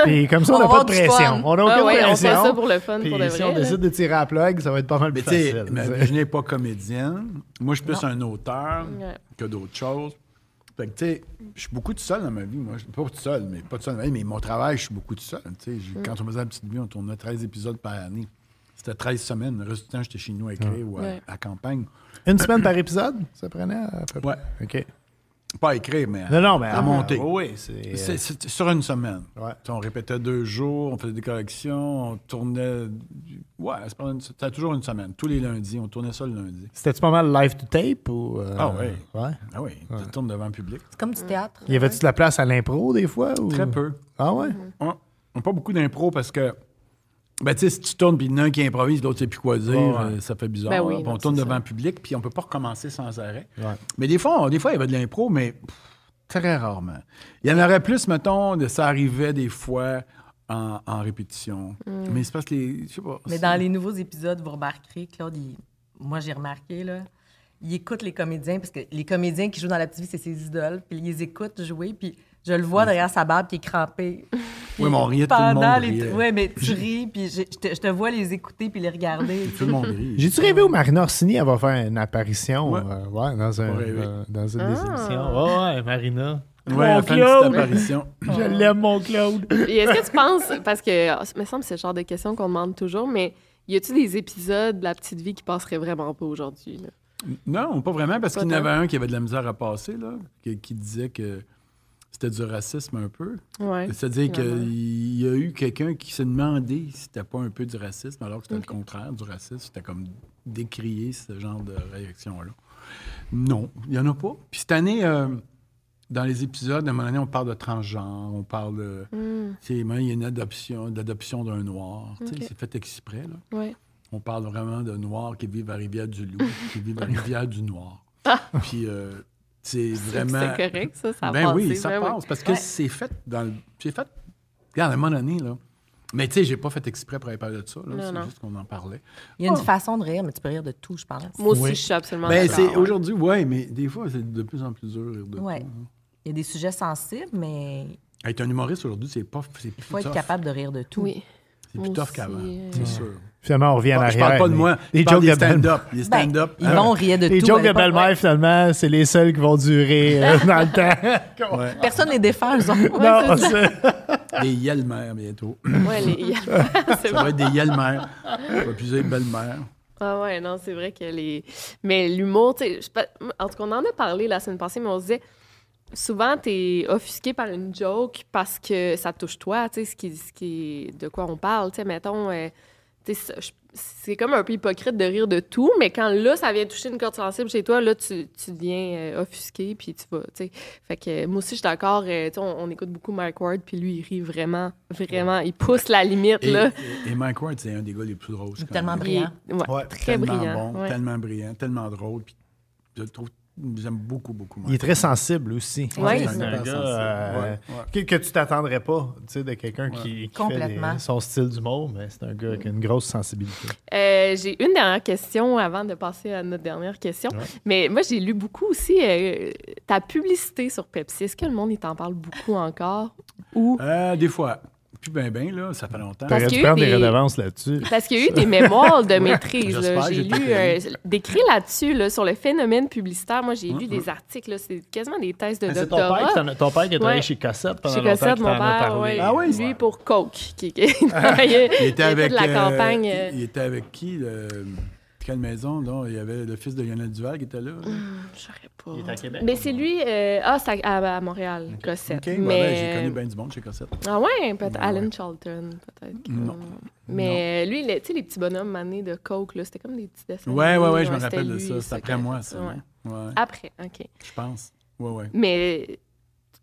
Puis comme ça, on On n'a va pas avoir de du pression. fun. On n'a Ah aucune ouais, on fait pression. ça pour le fun, Puis pour de si vrai, on là. décide de tirer à la plug, ça va être pas mal Mais plus tu sais, facile. mais je n'ai pas comédienne. Moi, je suis plus un auteur Ouais. que d'autres choses. Fait que, tu sais, je suis beaucoup tout seul dans ma vie. Moi, Je- pas tout seul, mais pas tout seul. dans ma vie, Mais mon travail, je suis beaucoup tout seul. Tu sais, Mm. j'ai- Quand on faisait la petite vie, on tournait 13 épisodes par année. C'était 13 semaines. Le reste du temps, j'étais chez nous à écrire ou à, Ouais. à campagne. Une semaine par épisode, ça prenait à peu près. Ouais. OK. Pas à écrire, mais à, Non, non, mais à monter. Oui, c'est. euh, C'est- c'est- sur une semaine. Ouais. Tu sais, On répétait deux jours, on faisait des corrections, on tournait. Ouais, c'est pas une- c'était toujours une semaine. Tous les lundis, on tournait ça le lundi. C'était-tu pas mal live to tape ou. euh, Ah ouais. ouais? Ah oui, tu tournes devant le public. C'est comme du théâtre. Y avait-tu de la place à l'impro des fois? ou- Très peu. Ah ouais? On n'a pas beaucoup d'impro parce que. Ben, tu sais, si tu tournes, puis il y en a un qui improvise, l'autre sait plus quoi dire, euh, ça fait bizarre. Ben oui, Puis non, on tourne c'est devant ça. le public, puis on peut pas recommencer sans arrêt. Ouais. Mais des fois, on- des fois, il y avait de l'impro, mais pff, très rarement. Il y en aurait plus, mettons, de, ça arrivait des fois en, en répétition. Hmm. Mais c'est parce que les. Je sais pas. Mais c'est- dans les nouveaux épisodes, vous remarquerez, Claude, il- moi j'ai remarqué, là, il écoute les comédiens, parce que les comédiens qui jouent dans la petite vie, c'est ses idoles, puis il les écoute jouer, puis je le vois derrière sa barbe qui est crampée. Puis Oui, mais on riait, tout le pendant monde les- riait. Ouais, mais tu ris, puis je, je te, je te vois les écouter puis les regarder. Tout le monde rit. J'ai-tu rêvé où Marina Orsini elle va faire une apparition Ouais. euh, ouais, dans, un, Pas rêvé. euh, dans une Ah. des émissions? Ouais, ouais, Marina. Ouais, elle a fait une petite apparition. Je l'aime, mon Claude. Et est-ce que tu penses, parce que, ah, ça me semble que c'est le genre de questions qu'on demande toujours, mais y a-tu des épisodes de La Petite Vie qui passeraient vraiment pas aujourd'hui? là? Non, pas vraiment, parce Pas qu'il y en tant. avait un qui avait de la misère à passer, là, qui, qui disait que c'était du racisme un peu. Ouais. C'est-à-dire finalement. qu'il y a eu quelqu'un qui s'est demandé si c'était pas un peu du racisme, alors que c'était le contraire du racisme. C'était comme décrier ce genre de réaction-là. Non, il n'y en a pas. Puis cette année, euh, dans les épisodes, à un moment donné, on parle de transgenre, on parle de. Hmm. tu sais, maintenant, Il y a une adoption, d'adoption d'un noir. Tu sais, C'est fait exprès, là. Ouais. On parle vraiment de Noirs qui vivent à Rivière-du-Loup, qui vivent à Rivière-du-Noir. Puis, euh, c'est vraiment. C'est correct, ça, ça a ben passé, oui, ça ben oui. passe. Parce que c'est fait dans le. C'est fait. Regarde, à un moment donné, là. Mais tu sais, j'ai pas fait exprès pour aller parler de ça. là. non. C'est juste qu'on en parlait. Ah. Il y a une façon de rire, mais tu peux rire de tout, je pense. Moi aussi, je suis absolument Ben, d'accord, c'est ouais. aujourd'hui, oui, mais des fois, c'est de plus en plus dur. de rire de Ouais. tout, hein. Il y a des sujets sensibles, mais il Être un humoriste aujourd'hui, c'est pas. C'est plus faut être tough. capable de rire de tout. Oui. C'est Moi plus tough aussi, qu'avant. euh, C'est sûr. Finalement, on revient en Ah, arrière. je parle pas de mais moi. Les je parle jokes des de belle stand-up. Les Ben, stand-up. euh, ils vont rire de les tout. jokes à de l'époque, belle-mère, ouais. finalement, c'est les seuls qui vont durer euh, dans le temps. Personne n'est défait, eux autres. non, Ouais, c'est ça. c'est- Des Yelmer bientôt. Ouais, les- c'est vrai. Ça va être des Yelmer. On va plus être belle-mère. Ah ouais, non, c'est vrai que les... Mais l'humour, tu sais, je sais pas- en tout cas, on en a parlé la semaine passée, mais on se disait, souvent, t'es offusqué par une joke parce que ça touche toi, tu sais, ce qui, ce qui, de quoi on parle, tu sais, mettons, euh, tu sais, ça- je- c'est comme un peu hypocrite de rire de tout, mais quand là, ça vient toucher une corde sensible chez toi, là, tu, tu deviens euh, offusqué, puis tu vas, tu sais. Fait que euh, moi aussi, je suis d'accord, euh, tu sais, on, on écoute beaucoup Mike Ward, puis lui, il rit vraiment, vraiment, il pousse la limite, Et, là. et- et Mike Ward, c'est un des gars les plus drôles. quand Tellement même. Il est- brillant. ouais, Ouais, très tellement brillant. bon, ouais. tellement brillant, tellement drôle. Puis je le trouve, j'aime beaucoup, beaucoup. Mike Il est très sensible aussi. Ouais, c'est c'est un hyper gars sensible. euh, Ouais, ouais. Que, que tu t'attendrais pas, tu sais, de quelqu'un qui, qui fait Complètement. des- son style d'humour, mais c'est un gars qui a une grosse sensibilité. Euh, j'ai une dernière question avant de passer à notre dernière question. Mais moi, j'ai lu beaucoup aussi euh, ta publicité sur Pepsi. Est-ce que le monde, il t'en parle beaucoup encore? Ou Euh, des fois. Puis ben, ben, là, ça fait longtemps. Parce T'aurais dû qu'il y a eu prendre des des- redevances là-dessus. Parce qu'il y a eu des mémoires de maîtrise. là. J'espère, J'ai j'ai tout lu euh, des écrits là-dessus, là, sur le phénomène publicitaire. Moi, j'ai lu des articles. là, C'est quasiment des thèses de Ah, C'est ton doctorat. père, qui t'en a- ton père qui a travaillé Ouais. chez Cossette pendant Chez longtemps, Cossette, qui mon t'en a père, parlé. ouais. Ah oui? lui pour Coke, qui, qui- il travaillait- Il il était était avec. de la euh, campagne. euh, il, il était avec qui le, Quelle maison donc? Il y avait le fils de Lionel Duval qui était Mm. là. là. je saurais pas. Il est à Québec. Mais c'est lui, euh, ah, c'est à, à Montréal, Cossette. Ok, ouais, mais... ben, j'ai connu bien du monde chez Cossette. Ah ouais, peut-être Ouais. Alan Charlton, peut-être. que- Non. Mais lui, le- tu sais, les petits bonhommes manés de Coke, là, c'était comme des petits dessins. Ouais, ouais, ouais, je me c'était rappelle de lui, ça. C'est après que- moi, ça. ouais. hein? Ouais, Après, OK. je pense. Ouais, ouais. Mais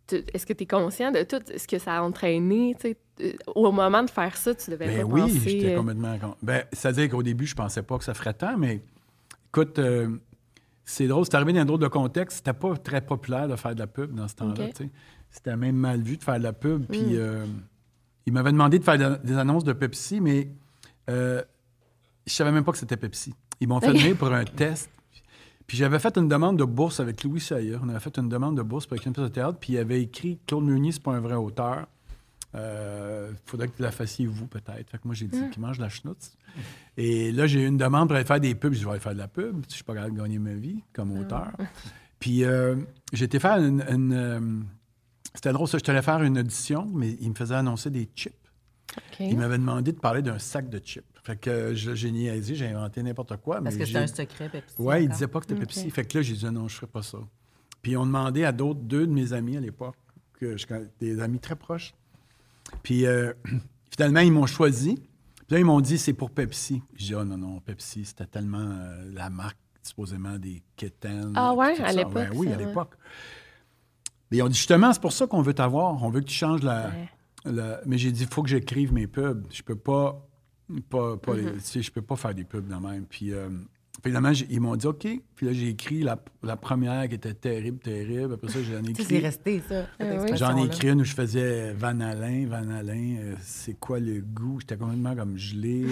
tu- est-ce que tu es conscient de tout ce que ça a entraîné? tu sais, euh, Au moment de faire ça, tu devais Ben pas oui, penser... j'étais euh, complètement con. Ben, c'est-à-dire qu'au début, je pensais pas que ça ferait tant, mais écoute, euh, c'est drôle, c'est arrivé dans un drôle de contexte. C'était pas très populaire de faire de la pub dans ce temps-là. Ok. Hmm. tu sais. C'était même mal vu de faire de la pub. Puis euh, ils m'avaient demandé de faire de- des annonces de Pepsi, mais euh, je savais même pas que c'était Pepsi. Ils m'ont fait venir pour un test. Puis j'avais fait une demande de bourse avec Louis Sayer. On avait fait une demande de bourse pour écrire une pièce de théâtre. Puis il avait écrit Claude Meunier, c'est pas un vrai auteur. Euh, faudrait que vous la fassiez vous, peut-être. Fait que moi, j'ai Hein? dit qu'il mange de la schnutz. Et là, j'ai eu une demande pour aller faire des pubs. Je vais aller faire de la pub. Je suis pas capable de gagner ma vie Ah comme auteur. Puis euh, j'ai été faire une. une, euh, c'était drôle, ça. Je te allé faire une audition, mais il me faisait annoncer des chips. Il m'avait demandé de parler d'un sac de chips. Fait que euh, je- j'ai niaisé, j'ai inventé n'importe quoi. Parce mais que j'ai- c'est un secret, Pepsi. Ouais, il encore. disait pas que c'était Pepsi. Fait que là, j'ai dit Ah non, je ferai pas ça. Puis on demandait à d'autres, deux de mes amis à l'époque, que je conna- des amis très proches. Puis euh, finalement, ils m'ont choisi. Puis là, ils m'ont dit c'est pour Pepsi. J'ai dit oh non, non, Pepsi, c'était tellement euh, la marque, supposément, des Keten. Ah puis ouais, tout à ça. l'époque, Ouais, oui, ça, à ouais. l'époque. Mais ils ont dit justement, c'est pour ça qu'on veut t'avoir. On veut que tu changes la. la- Mais j'ai dit, il faut que j'écrive mes pubs. Je peux pas. pas, pas les- tu sais, je peux pas faire des pubs de même. Puis euh, finalement, j'ai- ils m'ont dit OK. Puis là, j'ai écrit la, la première qui était terrible, terrible. Après ça, j'en ai Tu sais, écrit. c'est resté, ça. cette J'en ai expression-là. écrit une où je faisais euh, Van Alain, Van Alain, euh, c'est quoi le goût? J'étais complètement comme gelé.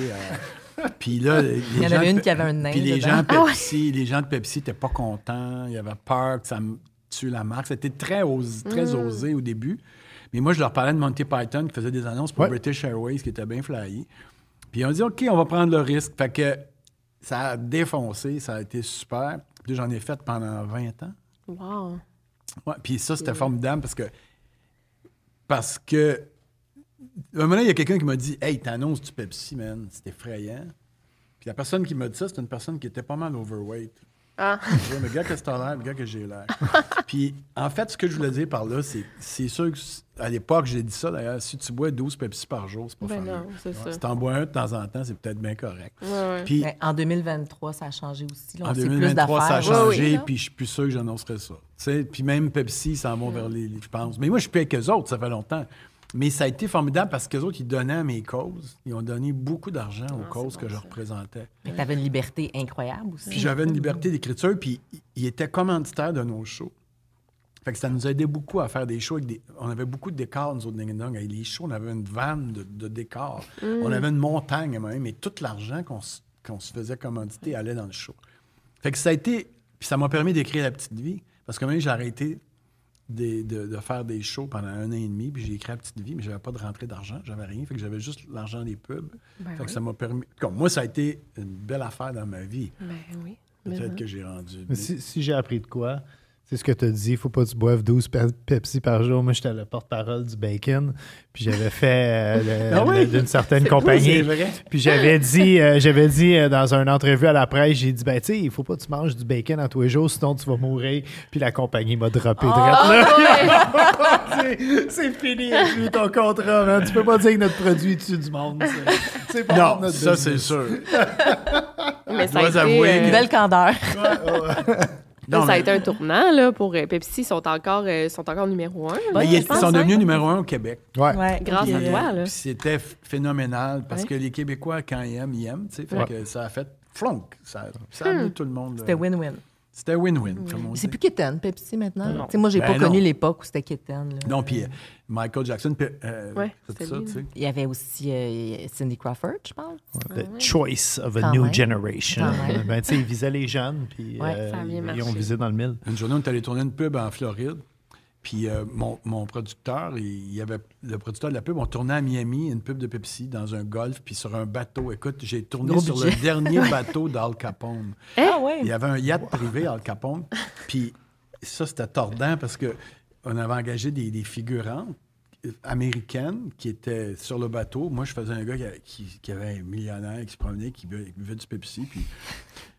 euh. Puis là, les Il y en gens avait de une Pe- qui avait un nain Puis les dedans. Ah gens, de Pepsi, les gens de Pepsi n'étaient pas contents. Ils avaient peur que ça me tue la marque. C'était très, os- très osé au début. Mais moi, je leur parlais de Monty Python qui faisait des annonces pour Ouais. British Airways qui était bien flyé. Puis on dit OK, on va prendre le risque. Fait que ça a défoncé, ça a été super. Puis j'en ai fait pendant 20 ans. Wow. Ouais, puis ça, c'était formidable parce que. Parce que. À un moment donné, il y a quelqu'un qui m'a dit Hey, t'annonces du Pepsi, man. C'est effrayant. Puis la personne qui m'a dit ça, c'est une personne qui était pas mal overweight. Ah. Je dis, mais gars, que c'est l'air, mais gars, que j'ai l'air. puis en fait, ce que je voulais dire par là, c'est, c'est sûr que c- à l'époque, j'ai dit ça d'ailleurs si tu bois 12 Pepsi par jour, c'est pas Ben fameux. non, c'est Ouais, ça. Si t'en bois un de temps en temps, c'est peut-être bien correct. ouais. Puis Ben, en 2023, ça a changé aussi. Là, en on sait plus 2023, ça a d'affaires. Ouais, changé, oui. puis je suis plus sûr que j'annoncerai ça. Tu sais, Puis même Pepsi, ils s'en Mm. vont vers les, les- Je pense. Mais moi, je suis plus avec eux autres, ça fait longtemps. Mais ça a été formidable parce qu'eux autres, ils donnaient à mes causes. Ils ont donné beaucoup d'argent Ah, aux causes que je représentais. Mais T'avais une liberté incroyable aussi. Puis j'avais une liberté d'écriture, puis i- ils étaient commanditaires de nos shows. Fait que ça nous aidait beaucoup à faire des shows. Avec des... On avait beaucoup de décors, nous autres, Ding Dong. Avec les shows, on avait une vanne de, de décors. On avait une montagne, même, et tout l'argent qu'on se- qu'on se faisait commanditer allait dans le show. Fait que ça a été... Puis ça m'a permis d'écrire La Petite Vie, parce que même j'ai arrêté des- de, de faire des shows pendant un an et demi, puis j'ai écrit La Petite Vie, mais j'avais pas de rentrée d'argent, j'avais rien. Fait que j'avais juste l'argent des pubs. fait que ça m'a permis... Comme moi, ça a été une belle affaire dans ma vie. Ben oui. Peut-être que j'ai rendu. Mais Si, si j'ai appris de quoi, c'est ce que tu as dit, faut pas que tu boives 12 pe- Pepsi par jour. Moi, j'étais le porte-parole du bacon, puis j'avais fait euh, le- Ah oui? le- d'une certaine C'est cool, compagnie. c'est vrai. Puis j'avais dit, euh, j'avais dit euh, dans une entrevue à la presse, j'ai dit, ben tu sais, il faut pas que tu manges du bacon à tous les jours, sinon tu vas mourir. Puis la compagnie m'a droppé direct, là. C'est- c'est fini, j'ai eu ton contrat, man. Tu peux pas dire que notre produit tue du monde. c'est- C'est pas Non, notre ça business. c'est sûr. Mais Ah, Je ça a dois été, avouer euh, que- Une belle candeur. Non, ça a mais- été un tournant là, pour euh, Pepsi. Ils sont encore, euh, sont encore numéro un. mais là, ils je étaient- pense, ils sont hein. devenus numéro un au Québec. Ouais. Grâce Puis, à euh, Ah, toi. Là. puis C'était ph- phénoménal parce Ouais. que les Québécois, quand ils aiment, ils aiment. tu sais. Fait Ouais. que ça a fait flonk. Ça, ça a Hmm. amené tout le monde. C'était euh, win-win. C'était win-win, comme on C'est plus dit. Kitten, Pepsi maintenant. Tu sais, moi, j'ai Ben pas non. connu l'époque où c'était Kitten. là. Non, puis euh, Michael Jackson, puis, euh, Ouais, tout c'était ça, lui, tu sais. Il y avait aussi euh, Cindy Crawford, je pense. Ah The choice of a Quand new même. generation. Quand même. Ben, tu sais, ils visaient les jeunes, puis Ouais, euh, ça a bien ils ont marché. visé dans le mille. Une journée, on est allé tourner une pub en Floride. Puis euh, mon, mon producteur, il y avait le producteur de la pub, on tournait à Miami une pub de Pepsi dans un golf, puis sur un bateau. Écoute, j'ai tourné Gros sur budget. le dernier bateau d'Al Capone. Ah ouais. Il y avait un yacht privé Al Capone. Puis ça, c'était tordant parce que on avait engagé des, des figurantes américaines qui étaient sur le bateau. Moi, je faisais un gars qui, qui- qui avait un millionnaire qui se promenait, qui buvait, qui buvait du Pepsi. Puis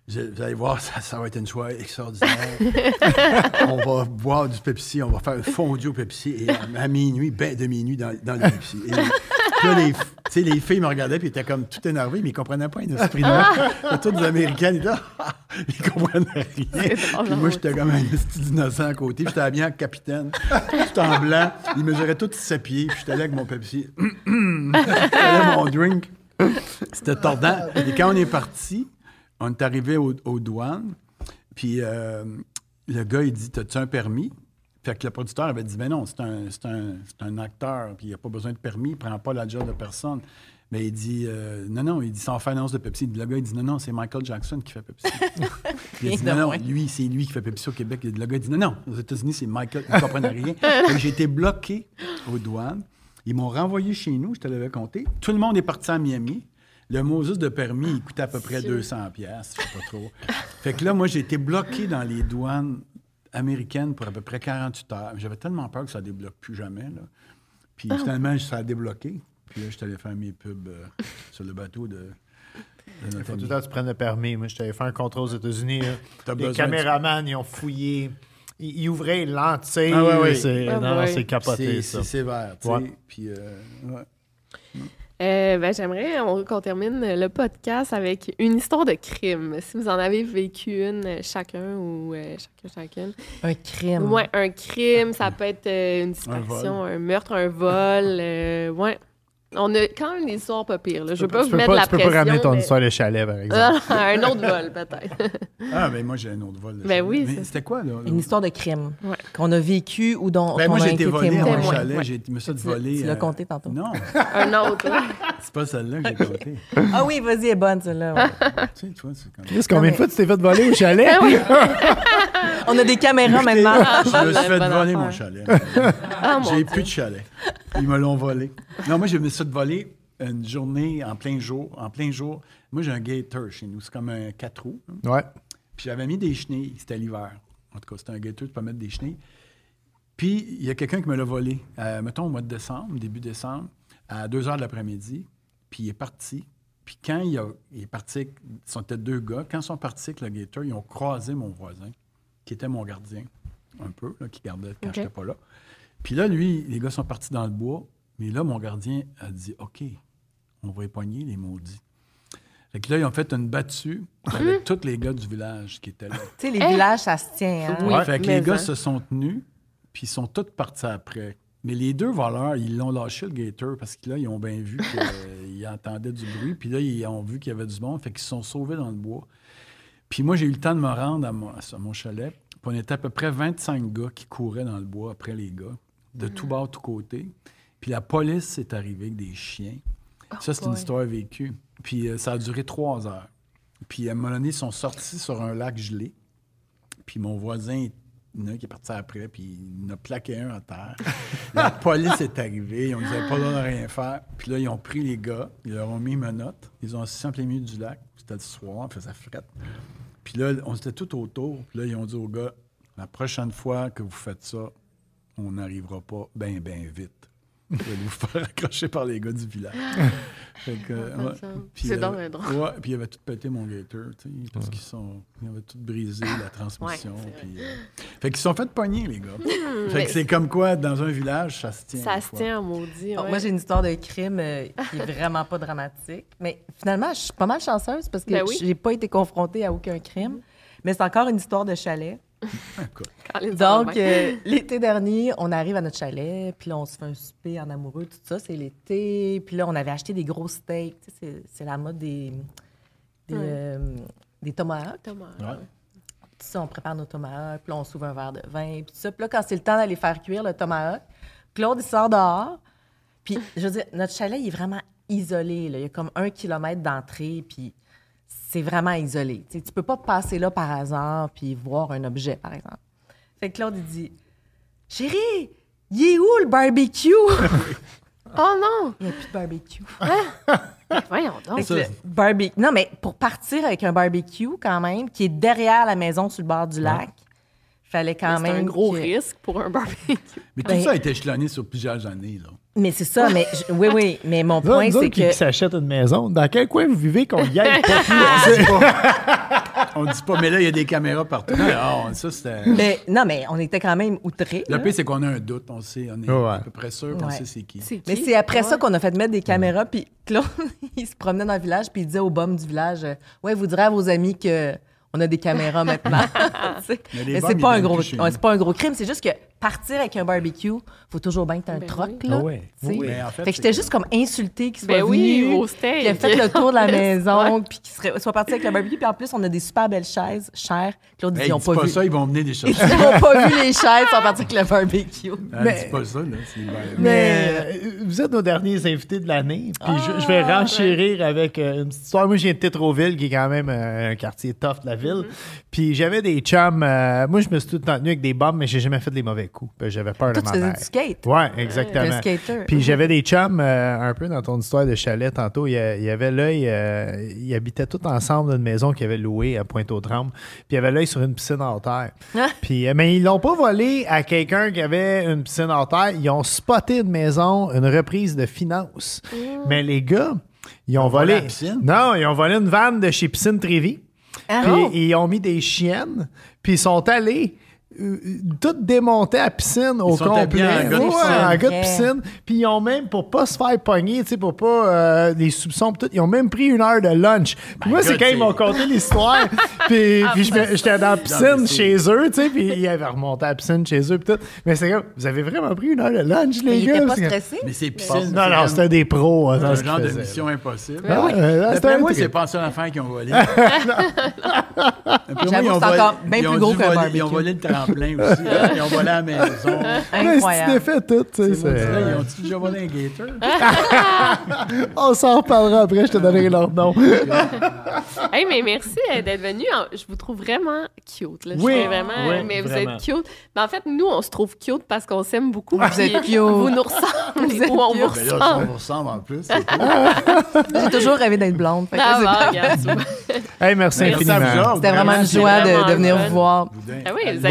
vous allez- vous allez voir, ça, ça va être une soirée extraordinaire. on va boire du Pepsi, on va faire un fondu au Pepsi. Et à, à minuit, ben de minuit dans, dans le Pepsi. Et puis là, les, tu sais, les filles me regardaient puis étaient comme tout énervées, mais ils comprenaient pas un esprit noir. Toutes les Américaines, ils, disaient, Ah! Ils comprenaient rien. drôle, Puis moi, j'étais comme un petit innocent à côté. J'étais habillé en capitaine, tout en blanc. Ils mesuraient tous ses pieds. Puis j'étais là avec mon Pepsi. J'avais mon drink. C'était tordant. Et quand on est parti, on est arrivé au- aux douanes. Puis euh, le gars, il dit T'as-tu un permis Fait que le producteur avait dit Ben non, c'est un, c'est un- c'est un acteur, puis il n'a pas besoin de permis, il ne prend pas la job de personne. Mais il dit euh, Non, non, il dit sans finance de Pepsi. Le gars, il dit Non, non, c'est Michael Jackson qui fait Pepsi. Puis il a dit Rien Non, de non, moins. lui, c'est lui qui fait Pepsi au Québec. Le gars, il dit Non, non, aux États-Unis, c'est Michael. Ils ne comprennent rien. Donc, J'ai été bloqué aux douanes. Ils m'ont renvoyé chez nous, je te l'avais compté. Tout le monde est parti à Miami. Le Moses de permis, il coûtait à peu près 200 pièces, je sais pas trop. Fait que là, moi, j'ai été bloqué dans les douanes américaines pour à peu près 48 heures. J'avais tellement peur que ça débloque plus jamais. Là. Puis finalement, ça a débloqué. Puis là, je suis allé faire mes pubs euh, sur le bateau de, de notre Faut tout ami. le temps que tu prennes le permis. Moi, je t'avais fait un contrôle aux États-Unis. là. T'as les besoin de- caméramans, ils ont fouillé. Ils, ils ouvraient les lentilles. Ah ouais, ouais. C'est Ah non, non, ouais. c'est capoté, C'est ça. c'est sévère, tu sais. Ouais. Puis, euh, ouais. Euh, ben, J'aimerais on- qu'on termine le podcast avec une histoire de crime. Si vous en avez vécu une euh, chacun ou euh, chacun, chacune. Un crime. Ouais, un crime, ça peut être euh, une distraction, un, meurtre, un vol. euh, ouais. On a quand même des histoires pas pires. Là. Je veux pas tu vous peux mettre pas, la tu peux pression. Ah, pas ramener ton mais- histoire de chalet, par exemple. un autre vol, peut-être. Ah, ben moi, j'ai un autre vol. de Ben chalet. oui, Mais c'est- C'était quoi, là? Une histoire de crime Ouais. qu'on a vécu ou dont Ben qu'on moi, a j'ai été été volé à témoin. mon Témoin, ouais. chalet. J'ai me suis Tu- volé. euh, tu l'as compté tantôt. Non, un autre. ouais. c'est pas celle-là que j'ai comptée. Ah oui, vas-y, elle est bonne, celle-là. ouais. tu sais, toi, c'est comme. Chris, combien de fois tu t'es fait voler au chalet? Ah On a des caméras maintenant. Je me suis fait Bonne voler affaire. mon chalet. Ah, mon J'ai Dieu. plus de chalet. Ils me l'ont volé. Non, moi, je me suis fait voler une journée en plein jour. En plein jour. Moi, j'ai un gator chez nous. C'est comme un quatre roues. hein. ouais. Puis j'avais mis des chenilles. C'était l'hiver. En tout cas, c'était un gator, tu peux mettre des chenilles. Puis il y a quelqu'un qui me l'a volé, euh, mettons au mois de décembre, début décembre, à 2 h de l'après-midi. Puis il est parti. Puis quand il, a- il est parti, avec- ils sont peut-être deux gars, quand ils sont partis avec le gator, ils ont croisé mon voisin, qui était mon gardien, un peu, là, qui gardait quand OK. je n'étais pas là. Puis là, lui, les gars sont partis dans le bois. Mais là, mon gardien a dit OK, on va époigner les maudits. Fait que là, ils ont fait une battue avec tous les gars du village qui étaient là. Tu sais, les villages, ça se tient. Hein? Oui, Fait que mais les gars hein. se sont tenus, puis ils sont tous partis après. Mais les deux voleurs, ils l'ont lâché, le gator, parce que là, ils ont bien vu qu'ils entendaient du bruit, puis là, ils ont vu qu'il y avait du monde, fait qu'ils se sont sauvés dans le bois. Puis moi, j'ai eu le temps de me rendre à mon, à mon chalet, puis on était à peu près 25 gars qui couraient dans le bois après les gars, de Mm-hmm. tout bord, tout côté. Puis la police est arrivée avec des chiens. Oh ça, c'est une histoire vécue. Puis euh, ça a duré trois heures. Puis à un moment donné, ils sont sortis sur un lac gelé. Puis mon voisin, il y en a un qui est parti après, puis il en a plaqué un à terre. La police est arrivée, ils ont dit Vous avez pas le droit de rien faire. Puis là, ils ont pris les gars, ils leur ont mis une note, ils ont assis en plein milieu du lac, c'était le soir, il faisait frette. Puis là, on était tout autour, puis là, ils ont dit aux gars La prochaine fois que vous faites ça, on n'arrivera pas bien, bien vite. Vous allez vous faire accrocher par les gars du village. Fait que, pas ouais. de sens. Puis, C'est euh, donc bien drôle. Ouais, puis il avait tout pété mon gator, tu sais, parce qu'ils sont, ils avaient tout brisé la transmission. c'est puis, euh, fait qu'ils se sont fait pogner, les gars. fait mais- que c'est comme quoi, dans un village, ça se tient. Ça des se fois. tient, maudit. Bon, ouais. Oh, Moi, j'ai une histoire de crime euh, qui est vraiment pas dramatique. Mais finalement, je suis pas mal chanceuse parce que Ben oui. j'ai pas été confrontée à aucun crime. Mais c'est encore une histoire de chalet. Colin, ça va Donc, bien. euh, l'été dernier, on arrive à notre chalet, puis là, on se fait un souper en amoureux, tout ça, c'est l'été. Puis là, on avait acheté des gros steaks. Tu sais, c'est- C'est la mode des, des, euh, des tomahawks. Thomas. Puis ça, on prépare nos tomahawks, puis là, on s'ouvre un verre de vin, puis tout ça. Puis là, quand c'est le temps d'aller faire cuire le tomahawk, Claude, il sort dehors. Puis, je veux dire, notre chalet, il est vraiment isolé. là. Il y a comme un kilomètre d'entrée, puis c'est vraiment isolé. Tu sais, tu peux pas passer là par hasard puis voir un objet, par exemple. Fait que Claude, il dit Chérie, il est où le barbecue? Oh non! il n'y a plus de barbecue. Ah, Voyons donc. Fait que le barbecue. Non, mais pour partir avec un barbecue, quand même, qui est derrière la maison sur le bord du lac, fallait quand C'est même. un gros que- risque pour un barbecue. Mais tout Ben- ça a été échelonné sur plusieurs années. Là. Mais c'est ça, mais je- oui, oui, mais mon Là, point, nous autres c'est qui, qui que. s'achètent une maison, dans quel coin vous vivez qu'on y aille pas plus? On dit pas, mais là, il y a des caméras partout. Non, non, ça, c'était. Mais, ben, non, mais on était quand même outrés. Le là. pire, c'est qu'on a un doute. On sait, on est Ouais. à peu près sûr, on Ouais. sait c'est qui. Mais c'est après ça qu'on a fait mettre des caméras. Puis Claude, il se promenait dans le village, puis il disait au bum du village euh, Ouais, vous direz à vos amis que. On a des caméras maintenant. Tu sais. Mais les Mais c'est bums, ils pas, un viennent gros- plus chez ouais, nous. c'est pas un gros crime. C'est juste que partir avec un barbecue, faut toujours bien que t'aies un Ben troc. oui. Là, Ah ouais. tu sais. Oui. Mais en fait, fait que c'est- j'étais juste comme insultée qu'il soit Ben oui, venu, au steak. qu'il ait fait le tour de la Ouais. maison, puis qu'il serait- soit parti avec le barbecue. Puis en plus, on a des super belles chaises chères. Claude dit, Hey, ils ont dis pas, vu. ça, ils vont venir des choses. Ils n'ont pas vu les chaises, ils sont partis avec le barbecue. Dis pas ça, là. c'est- Mais euh, vous êtes nos derniers invités de l'année. Puis je, je vais Ah, renchérir avec euh, une petite histoire. Moi, je viens de Tétroville, qui est quand même euh, un quartier tough de la ville. Mm-hmm. Puis j'avais des chums. euh, moi, je me suis tout le temps tenu avec des bombes, mais j'ai jamais fait des mauvais coups. Puis J'avais peur Toi, de ma tu faisais mère. du skate. Ouais, exactement. Le skater. Puis j'avais des chums, euh, un peu dans ton histoire de chalet tantôt. Il y, a- il y avait l'œil, euh, ils habitaient tous ensemble dans une maison qu'ils avaient louée à Pointe-aux-Trembles. Puis il y avait l'œil sur une piscine en terre. Ah. Puis, euh, mais ils l'ont pas volé à quelqu'un qui avait une piscine en terre. Ils ont spoté une maison, une reprise de finances. Mmh. Mais les gars, ils ont, volé volé. la piscine? Non, ils ont volé une vanne de chez Piscine Trévi. Ah. Puis Oh. ils ont mis des chiennes, puis ils sont allés euh, tout démonter à piscine au sont habillés complet. en gars de Ouais, piscine. en gars de Yeah. piscine. Puis ils ont même, pour pas se faire pogner, tu sais, pour pas euh, les soupçons, pis tout, ils ont même pris une heure de lunch. Puis moi, c'est God, quand c'est- ils m'ont conté l'histoire. puis puis je me- j'étais dans la Non, piscine mais c'est- chez eux, tu sais, puis ils avaient remonté à la piscine chez eux, puis tout. Mais c'est comme, vous avez vraiment pris une heure de lunch, les Il gars? était pas C'est comme- stressé. Mais c'est piscine. Non, non, c'était des pros. hein, C'est dans un ce genre qu'ils de faisaient, là. mission impossible. Ah, euh, là, c'était D'après moi, un c'est truc. pas ça l'affaire qu'ils ont volé. J'avoue que c'est encore bien plus gros qu'un barbecue. Ils barbecue. ont volé le tremplin aussi. hein. Ils ont volé la maison. Mais c'est Incroyable. défait tout, tu sais. c'est- Ils ont déjà volé un gator. Ah, On s'en reparlera après, je te donnerai leur nom. Hey, mais merci euh, d'être venu. En- Je vous trouve vraiment cute. Là. Je Oui, fais vraiment, oui, mais vous vraiment. êtes cute. Mais en fait, nous, on se trouve cute parce qu'on s'aime beaucoup. Vous êtes cute. Vous nous ressemblez. Vous êtes ou on cute. vous Mais Ben là, ressemble. on ressemble en plus. Ah, J'ai toujours rêvé d'être blonde. Fait que Ah, c'est bah, pas- regarde, tu vois. Hey, merci, Merci à vous infiniment. autres. C'était vraiment une Merci, joie de, vraiment de venir le fun. vous voir. Ah oui, vous Ouais, avez Puis